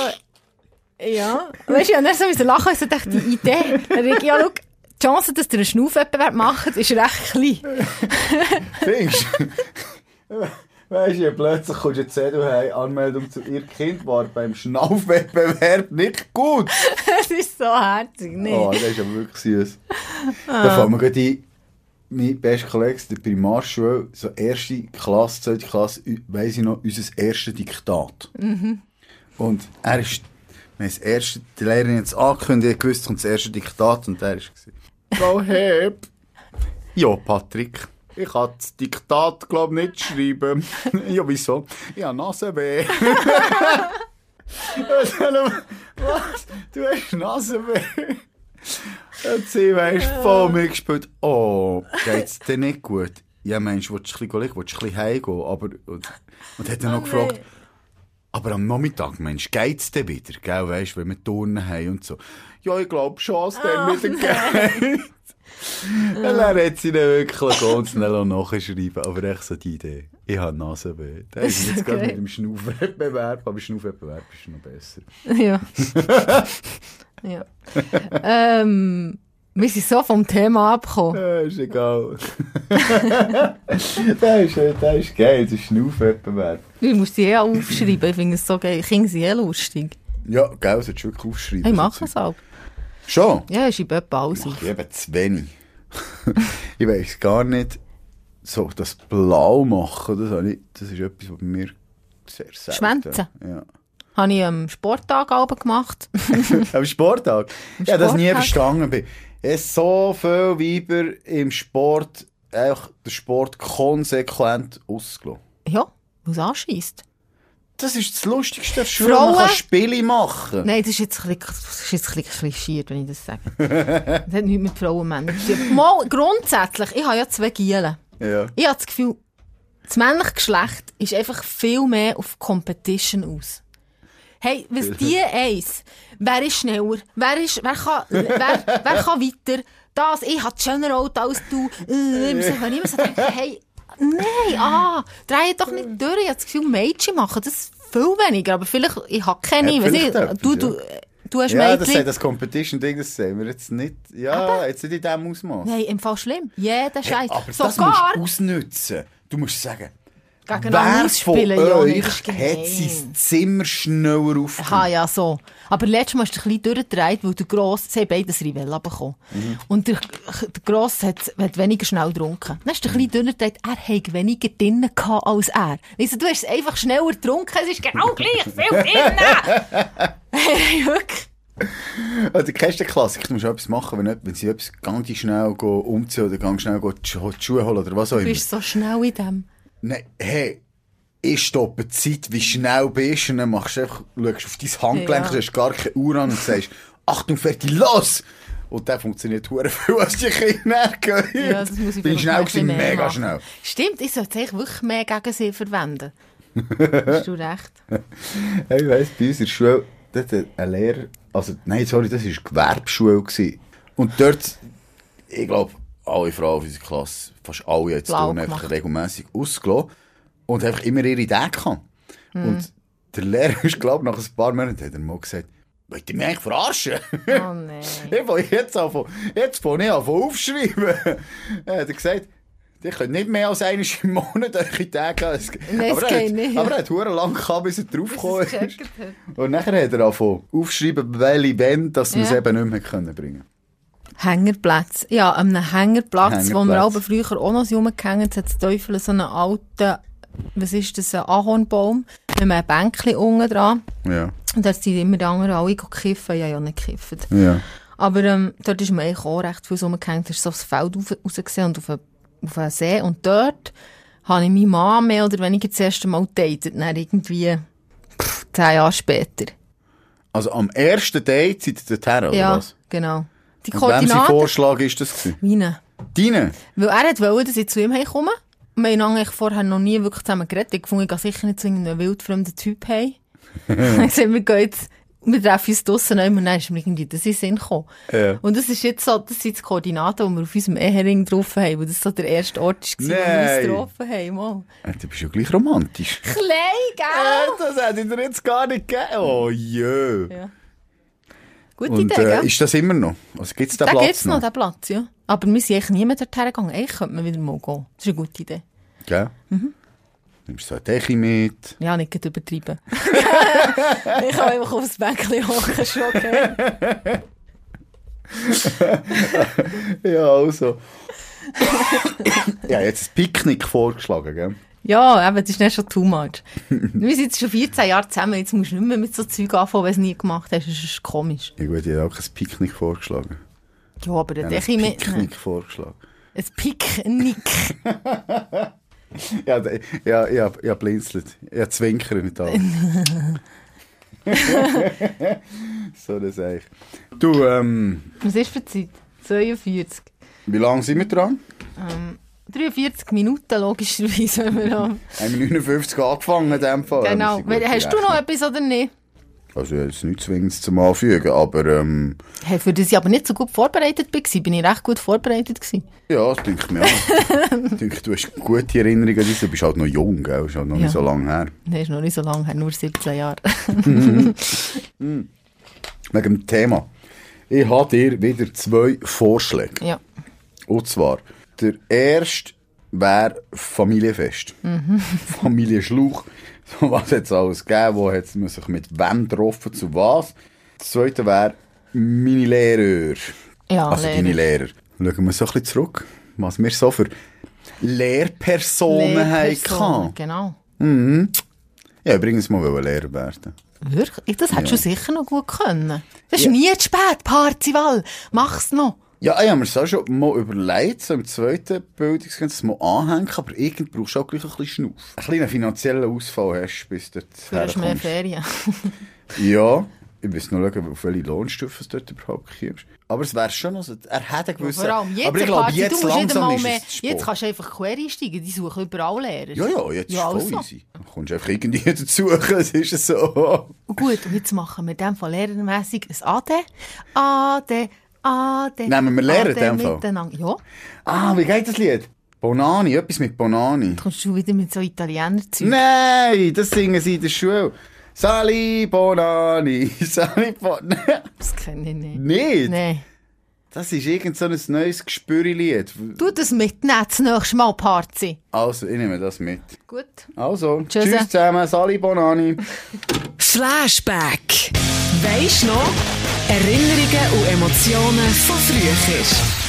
Speaker 3: ja. Weisst du, und dann so müssen lachen, ich so dachte, die Idee. Dann ich, ja, schau, die Chance, dass ihr einen Schnaufwettbewerb macht, ist recht klein.
Speaker 2: Findest du? Weißt du, plötzlich kommst du zu du hey, Anmeldung zu ihr Kind war beim Schnaufwettbewerb nicht gut.
Speaker 3: das ist so herzig. Nee.
Speaker 2: Oh, das ist aber wirklich süß. Da fangen wir gerade ein. Mein bester Kollege aus der Primarschule, so erste Klasse, zweite Klasse, ü- weiss ich noch, unser erstes Diktat. Und er ist, wir haben das erste, die Lehrerin hat es angekündigt, ich wusste, kommt das erste Diktat und er ist Frau Heb. Ja, Patrick. Ich kann das Diktat, glaube ich, nicht schreiben. ja, wieso? Ich habe Nasenweh. Was? Du hast Nasenweh. Und sie weisst, voll mitgespielt. Oh, geht's dir nicht gut? Ja, Mensch, willst du ein bisschen liegen? Willst du ein bisschen heimgehen? Aber, und, und hat dann noch gefragt, aber am Nachmittag, Mensch, geht's dir wieder? Gell, weisst, wenn wir Turnen haben und so. Ja, ich glaub schon, dass der wieder geht. Und dann hat sie ihn wirklich ganz schnell nachgeschrieben. Aber echt so die Idee. Ich habe Nasenweh. Das ist jetzt gerade
Speaker 3: geil.
Speaker 2: mit dem Schnaufwettbewerb. Aber Schnaufwettbewerb ist noch besser.
Speaker 3: Ja. ja. ähm, wir sind so vom Thema abgekommen.
Speaker 2: Ja, ist egal. das, ist, das ist geil, das ist ein Schnaufwettbewerb.
Speaker 3: Ich muss die eh alle aufschreiben. Ich finde es so geil. Kinder sind eh lustig.
Speaker 2: Ja, geil, das solltest du wirklich aufschreiben.
Speaker 3: Ich mache es auch.
Speaker 2: Schon?
Speaker 3: Ja, ich schreibe etwa alles
Speaker 2: Mach
Speaker 3: auf.
Speaker 2: ich eben zu wenig. ich weiß gar nicht, so das Blau machen, das, habe ich, das ist etwas, was bei mir sehr selten...
Speaker 3: Schwänzen?
Speaker 2: Ja.
Speaker 3: Habe ich am Sporttag abend gemacht.
Speaker 2: Am Sporttag? ja, das nie
Speaker 3: Sporttag?
Speaker 2: verstanden. bin. Es so viel Weiber im Sport, einfach den Sport konsequent ausgelassen.
Speaker 3: ja, was anschießt.
Speaker 2: Das ist das Lustigste an der Schule. Man
Speaker 3: Frauen?
Speaker 2: kann Spiele machen.
Speaker 3: Nein, das ist jetzt ein bisschen, das ist jetzt ein bisschen klischiert, wenn ich das sage. das hat nichts mit Frauen und Männern zu tun. Mal, grundsätzlich, ich habe ja zwei Gielen.
Speaker 2: Ja.
Speaker 3: Ich habe das Gefühl, das männliche Geschlecht ist einfach viel mehr auf Competition aus. Hey, was die eins, wer ist schneller, wer, ist, wer, kann, wer, wer kann weiter, das, ich habe schöner Auto als du. Äh, ich muss einfach immer so denken, hey, nein, ah, dreh doch nicht durch. Ich habe das Gefühl, Mädchen machen das viel weniger, aber vielleicht, ich habe keine,
Speaker 2: Ja,
Speaker 3: weiss
Speaker 2: vielleicht
Speaker 3: ich,
Speaker 2: etwas,
Speaker 3: du,
Speaker 2: ja.
Speaker 3: du, du hast
Speaker 2: Ja, das, sei
Speaker 3: Mädchen.
Speaker 2: das Competition-Ding, das sehen wir jetzt nicht. Ja, jetzt nicht in diesem Ausmaß.
Speaker 3: Nein, im Fall schlimm. Jeder Scheiß.
Speaker 2: Aber das
Speaker 3: Sogar
Speaker 2: musst du ausnutzen. Du musst sagen,
Speaker 3: gegeneinander
Speaker 2: wer von
Speaker 3: ausspielen. ja, nein,
Speaker 2: euch
Speaker 3: das ist
Speaker 2: hat
Speaker 3: gemein.
Speaker 2: sein Zimmer schneller
Speaker 3: Ah
Speaker 2: aufgemacht?
Speaker 3: ja, so. Aber letztes Mal ist der Kleine durchgedreht, weil der Grosse, sie haben beide ein Rivella bekommen. Und der, der Grosse hat, hat weniger schnell getrunken. Dann ist der Kleine durchgedreht, er hat weniger drinnen gehabt als er. Ich so, du hast es einfach schneller getrunken, es ist genau gleich viel drinnen. Hey, wirklich.
Speaker 2: Also, du kennst den Klassiker, du musst etwas machen, wenn, jemand- wenn sie etwas ganz schnell gehen, umziehen oder ganz schnell gehen, die Schu- die Schuhe holen oder was auch
Speaker 3: Du
Speaker 2: immer.
Speaker 3: bist so schnell in dem.
Speaker 2: Nein, hey, ich stoppe die Zeit, wie schnell bist und dann machst du einfach, schaust auf dein Handgelenk,
Speaker 3: Ja.
Speaker 2: du hast gar keine Uhr an und sagst, Achtung, fertig, los! Und dann funktioniert hure viel, als die Kinder gehen.
Speaker 3: Ja, das muss ich
Speaker 2: Bin
Speaker 3: vielleicht noch
Speaker 2: schnell
Speaker 3: ein
Speaker 2: gewesen,
Speaker 3: bisschen mehr
Speaker 2: mega
Speaker 3: machen.
Speaker 2: schnell.
Speaker 3: Stimmt, ich sollte eigentlich wirklich mehr gegen sie verwenden. hast du recht.
Speaker 2: Hey, ich weiss, bei uns in der Schule, dort hat ein Lehrer, also, nein, sorry, das war Gewerbeschule. Gewesen. Und dort, ich glaube, alle Frauen aus unserer Klasse, fast alle jetzt
Speaker 3: Blau
Speaker 2: tun, einfach
Speaker 3: gemacht.
Speaker 2: regelmässig ausgelassen und einfach immer ihre Idee gehabt. Und der Lehrer ist, glaube nach ein paar Monaten, hat er mal gesagt, wollt ihr mich eigentlich verarschen?
Speaker 3: Oh nein.
Speaker 2: Ich will jetzt anfangen, jetzt fange ich an aufschreiben. Er hat gesagt, ihr könnt nicht mehr als einmal im Monat eure Tage haben. Es-
Speaker 3: Nein,
Speaker 2: aber
Speaker 3: es
Speaker 2: er
Speaker 3: geht
Speaker 2: hat-
Speaker 3: nicht.
Speaker 2: Aber er hat verdammt lang gehabt, bis er draufgekommen
Speaker 3: Bis er es
Speaker 2: ist.
Speaker 3: gecheckt
Speaker 2: Und nachher hat er angefangen aufschreiben, welche Band, dass wir es
Speaker 3: Ja.
Speaker 2: eben nicht mehr können bringen
Speaker 3: Hängerplatz. Ja, an einem Hängerplatz, wo wir
Speaker 2: Hängerplatz.
Speaker 3: aber früher auch noch rumgehängt hat, der Teufel so einen alten, was ist das, ein Ahornbaum, mit einem Bänkchen unten dran.
Speaker 2: Ja,
Speaker 3: Und dort sind immer die anderen alle kiffen, ja, ja, nicht kiffen.
Speaker 2: ja.
Speaker 3: Aber ähm, dort ist mir eigentlich auch recht viel rumgehängt. Da ist so das Feld rauf- raus gesehen und auf einen, auf einen See. Und dort habe ich meine Mama mehr oder weniger das erste Mal datet. Dann irgendwie pff, zehn Jahre später.
Speaker 2: Also am ersten Date seid ihr dorthin, oder
Speaker 3: ja,
Speaker 2: was?
Speaker 3: genau. Die
Speaker 2: Und wem sein
Speaker 3: Koordinaten.
Speaker 2: Vorschlag ist das gewesen?
Speaker 3: Meine.
Speaker 2: Deine?
Speaker 3: Weil er hat wollte, dass ich zu ihm heimkomme. Wir haben eigentlich vorher noch nie wirklich zusammen geredet. Ich fand, ich gehe sicher nicht zu irgendeinem wildfremden Typ heim. ich sag, wir gehen jetzt, wir treffen uns draussen noch immer. Dann ist mir irgendwie das in den Sinn gekommen.
Speaker 2: Ja.
Speaker 3: Und das ist jetzt so, das sind die Koordinaten, die wir auf unserem Ehering drauf haben, weil das so der erste Ort war,
Speaker 2: Nein.
Speaker 3: wo wir uns getroffen haben. Mal.
Speaker 2: Äh, Du bist ja gleich romantisch.
Speaker 3: Klein,
Speaker 2: Äh,
Speaker 3: gell?
Speaker 2: das hätte ich dir jetzt gar nicht gegeben. Oh je.
Speaker 3: Ja. Gute
Speaker 2: Und
Speaker 3: Idee,
Speaker 2: äh,
Speaker 3: gell?
Speaker 2: ist das immer noch? Also gibt es den
Speaker 3: da
Speaker 2: Platz
Speaker 3: gibt es noch, den Platz, ja. Aber wir sind eigentlich niemand dorthin gegangen. Eigentlich könnte man wieder mal gehen. Das ist eine gute Idee.
Speaker 2: Gell? Nimmst du so eine Decke mit?
Speaker 3: Ja, nicht gerade übertreiben. ich kann einfach aufs Bänkchen hocken, schon okay.
Speaker 2: Ja, also. ja, jetzt ein Picknick vorgeschlagen, gell?
Speaker 3: Ja, eben, das ist nicht schon too much. Wir sind jetzt schon 14 Jahre zusammen, jetzt musst du nicht mehr mit so Zeug anfangen, wenn du es nie gemacht hast. Das ist komisch.
Speaker 2: Ja gut, ich habe auch kein Picknick vorgeschlagen.
Speaker 3: Ja, aber
Speaker 2: Ich
Speaker 3: dann ja,
Speaker 2: habe
Speaker 3: ich
Speaker 2: ein
Speaker 3: mit... Ein
Speaker 2: Picknick vorgeschlagen.
Speaker 3: Picknick.
Speaker 2: Ja, d- ja, ja, ja, blinzelt. Ja, zwinkern nicht alle. so, das sage ich. Du, ähm,
Speaker 3: Was ist für die Zeit? 42.
Speaker 2: wie lange sind wir dran?
Speaker 3: Ähm, 43 Minuten, logischerweise, wenn wir am-
Speaker 2: Haben wir 59 angefangen in dem Fall?
Speaker 3: Genau.
Speaker 2: Ja, wir sind gut
Speaker 3: Hast du noch etwas oder nicht?
Speaker 2: gerechnet. Also, ja, jetzt nichts zwingend zum Anfügen, aber ähm,
Speaker 3: Hey, für das ich aber nicht so gut vorbereitet war, bin ich recht gut vorbereitet. Gewesen.
Speaker 2: ja, das denke ich mir auch. ich denke, du hast gute Erinnerungen an dich. Du bist halt noch jung, gell? Ist halt noch
Speaker 3: Ja.
Speaker 2: nicht so lange her.
Speaker 3: Das ist noch nicht so lange her, nur 17 Jahre.
Speaker 2: Wegen dem Thema. Ich habe dir wieder zwei Vorschläge.
Speaker 3: ja.
Speaker 2: Und zwar, der erste wäre Familienfest.
Speaker 3: Mhm.
Speaker 2: Familie Schluch. So, was hat es alles gegeben? Wo hat man sich mit wem getroffen? Zu was? Das zweite wäre meine Lehrer.
Speaker 3: Ja,
Speaker 2: also
Speaker 3: Lehrer.
Speaker 2: deine Lehrer. Schauen wir so ein bisschen zurück, was wir so für Lehrpersonen
Speaker 3: Lehrperson,
Speaker 2: hatten.
Speaker 3: Genau.
Speaker 2: Ja, übrigens mal wollen Lehrer werden.
Speaker 3: Wirklich? Das hättest du sicher noch gut können. Das ist nie zu spät, Parzival. Mach's noch.
Speaker 2: Ja, ich habe mir das auch schon mal überlegt, so im zweiten Bildungsgang, das mal anhängen, aber irgend brauchst du auch gleich ein bisschen Schnuff. Ein kleiner finanzieller Ausfall hast, bis du dort
Speaker 3: Du hast mehr
Speaker 2: herkommst.
Speaker 3: Ferien.
Speaker 2: Ja, ich muss noch schauen, auf welche Lohnstufe es dort überhaupt kommst. Aber es wäre schon, also, er hätte einen gewissen...
Speaker 3: Vor allem jetzt,
Speaker 2: aber ich glaube,
Speaker 3: Parzi,
Speaker 2: jetzt
Speaker 3: du musst nicht
Speaker 2: langsam
Speaker 3: einmal
Speaker 2: ist
Speaker 3: mehr.
Speaker 2: es zu
Speaker 3: Jetzt
Speaker 2: spät.
Speaker 3: kannst du einfach quer einsteigen. Die suchen überall Lehrer.
Speaker 2: Ja, ja, jetzt
Speaker 3: Ja,
Speaker 2: ist es voll
Speaker 3: also.
Speaker 2: easy. Dann kommst du einfach irgendwie dazu, es ist so.
Speaker 3: Und gut, und jetzt machen wir in dem Fall lehrermässig ein AD. AD, AD.
Speaker 2: Nehmen wir Lehrer in
Speaker 3: AD
Speaker 2: dem Fall?
Speaker 3: miteinander. Ja,
Speaker 2: Ah, wie geht das Lied? Bonani, etwas mit Bonani.
Speaker 3: kommst du wieder mit so Italiener-Zeug.
Speaker 2: Nein, das singen sie in der Schule. Sali Bonani, Sali Bonani.
Speaker 3: Das kenne ich nicht.
Speaker 2: Nicht?
Speaker 3: Nein.
Speaker 2: Das ist irgend so ein neues Gespürlied.
Speaker 3: Tu das mitnehmen, das nächste Mal, Parzi.
Speaker 2: Also, ich nehme das mit.
Speaker 3: Gut.
Speaker 2: Also,
Speaker 3: Tschüss.
Speaker 2: tschüss zusammen, Sali Bonani.
Speaker 4: Flashback. Weisst noch? Erinnerungen und Emotionen von früher.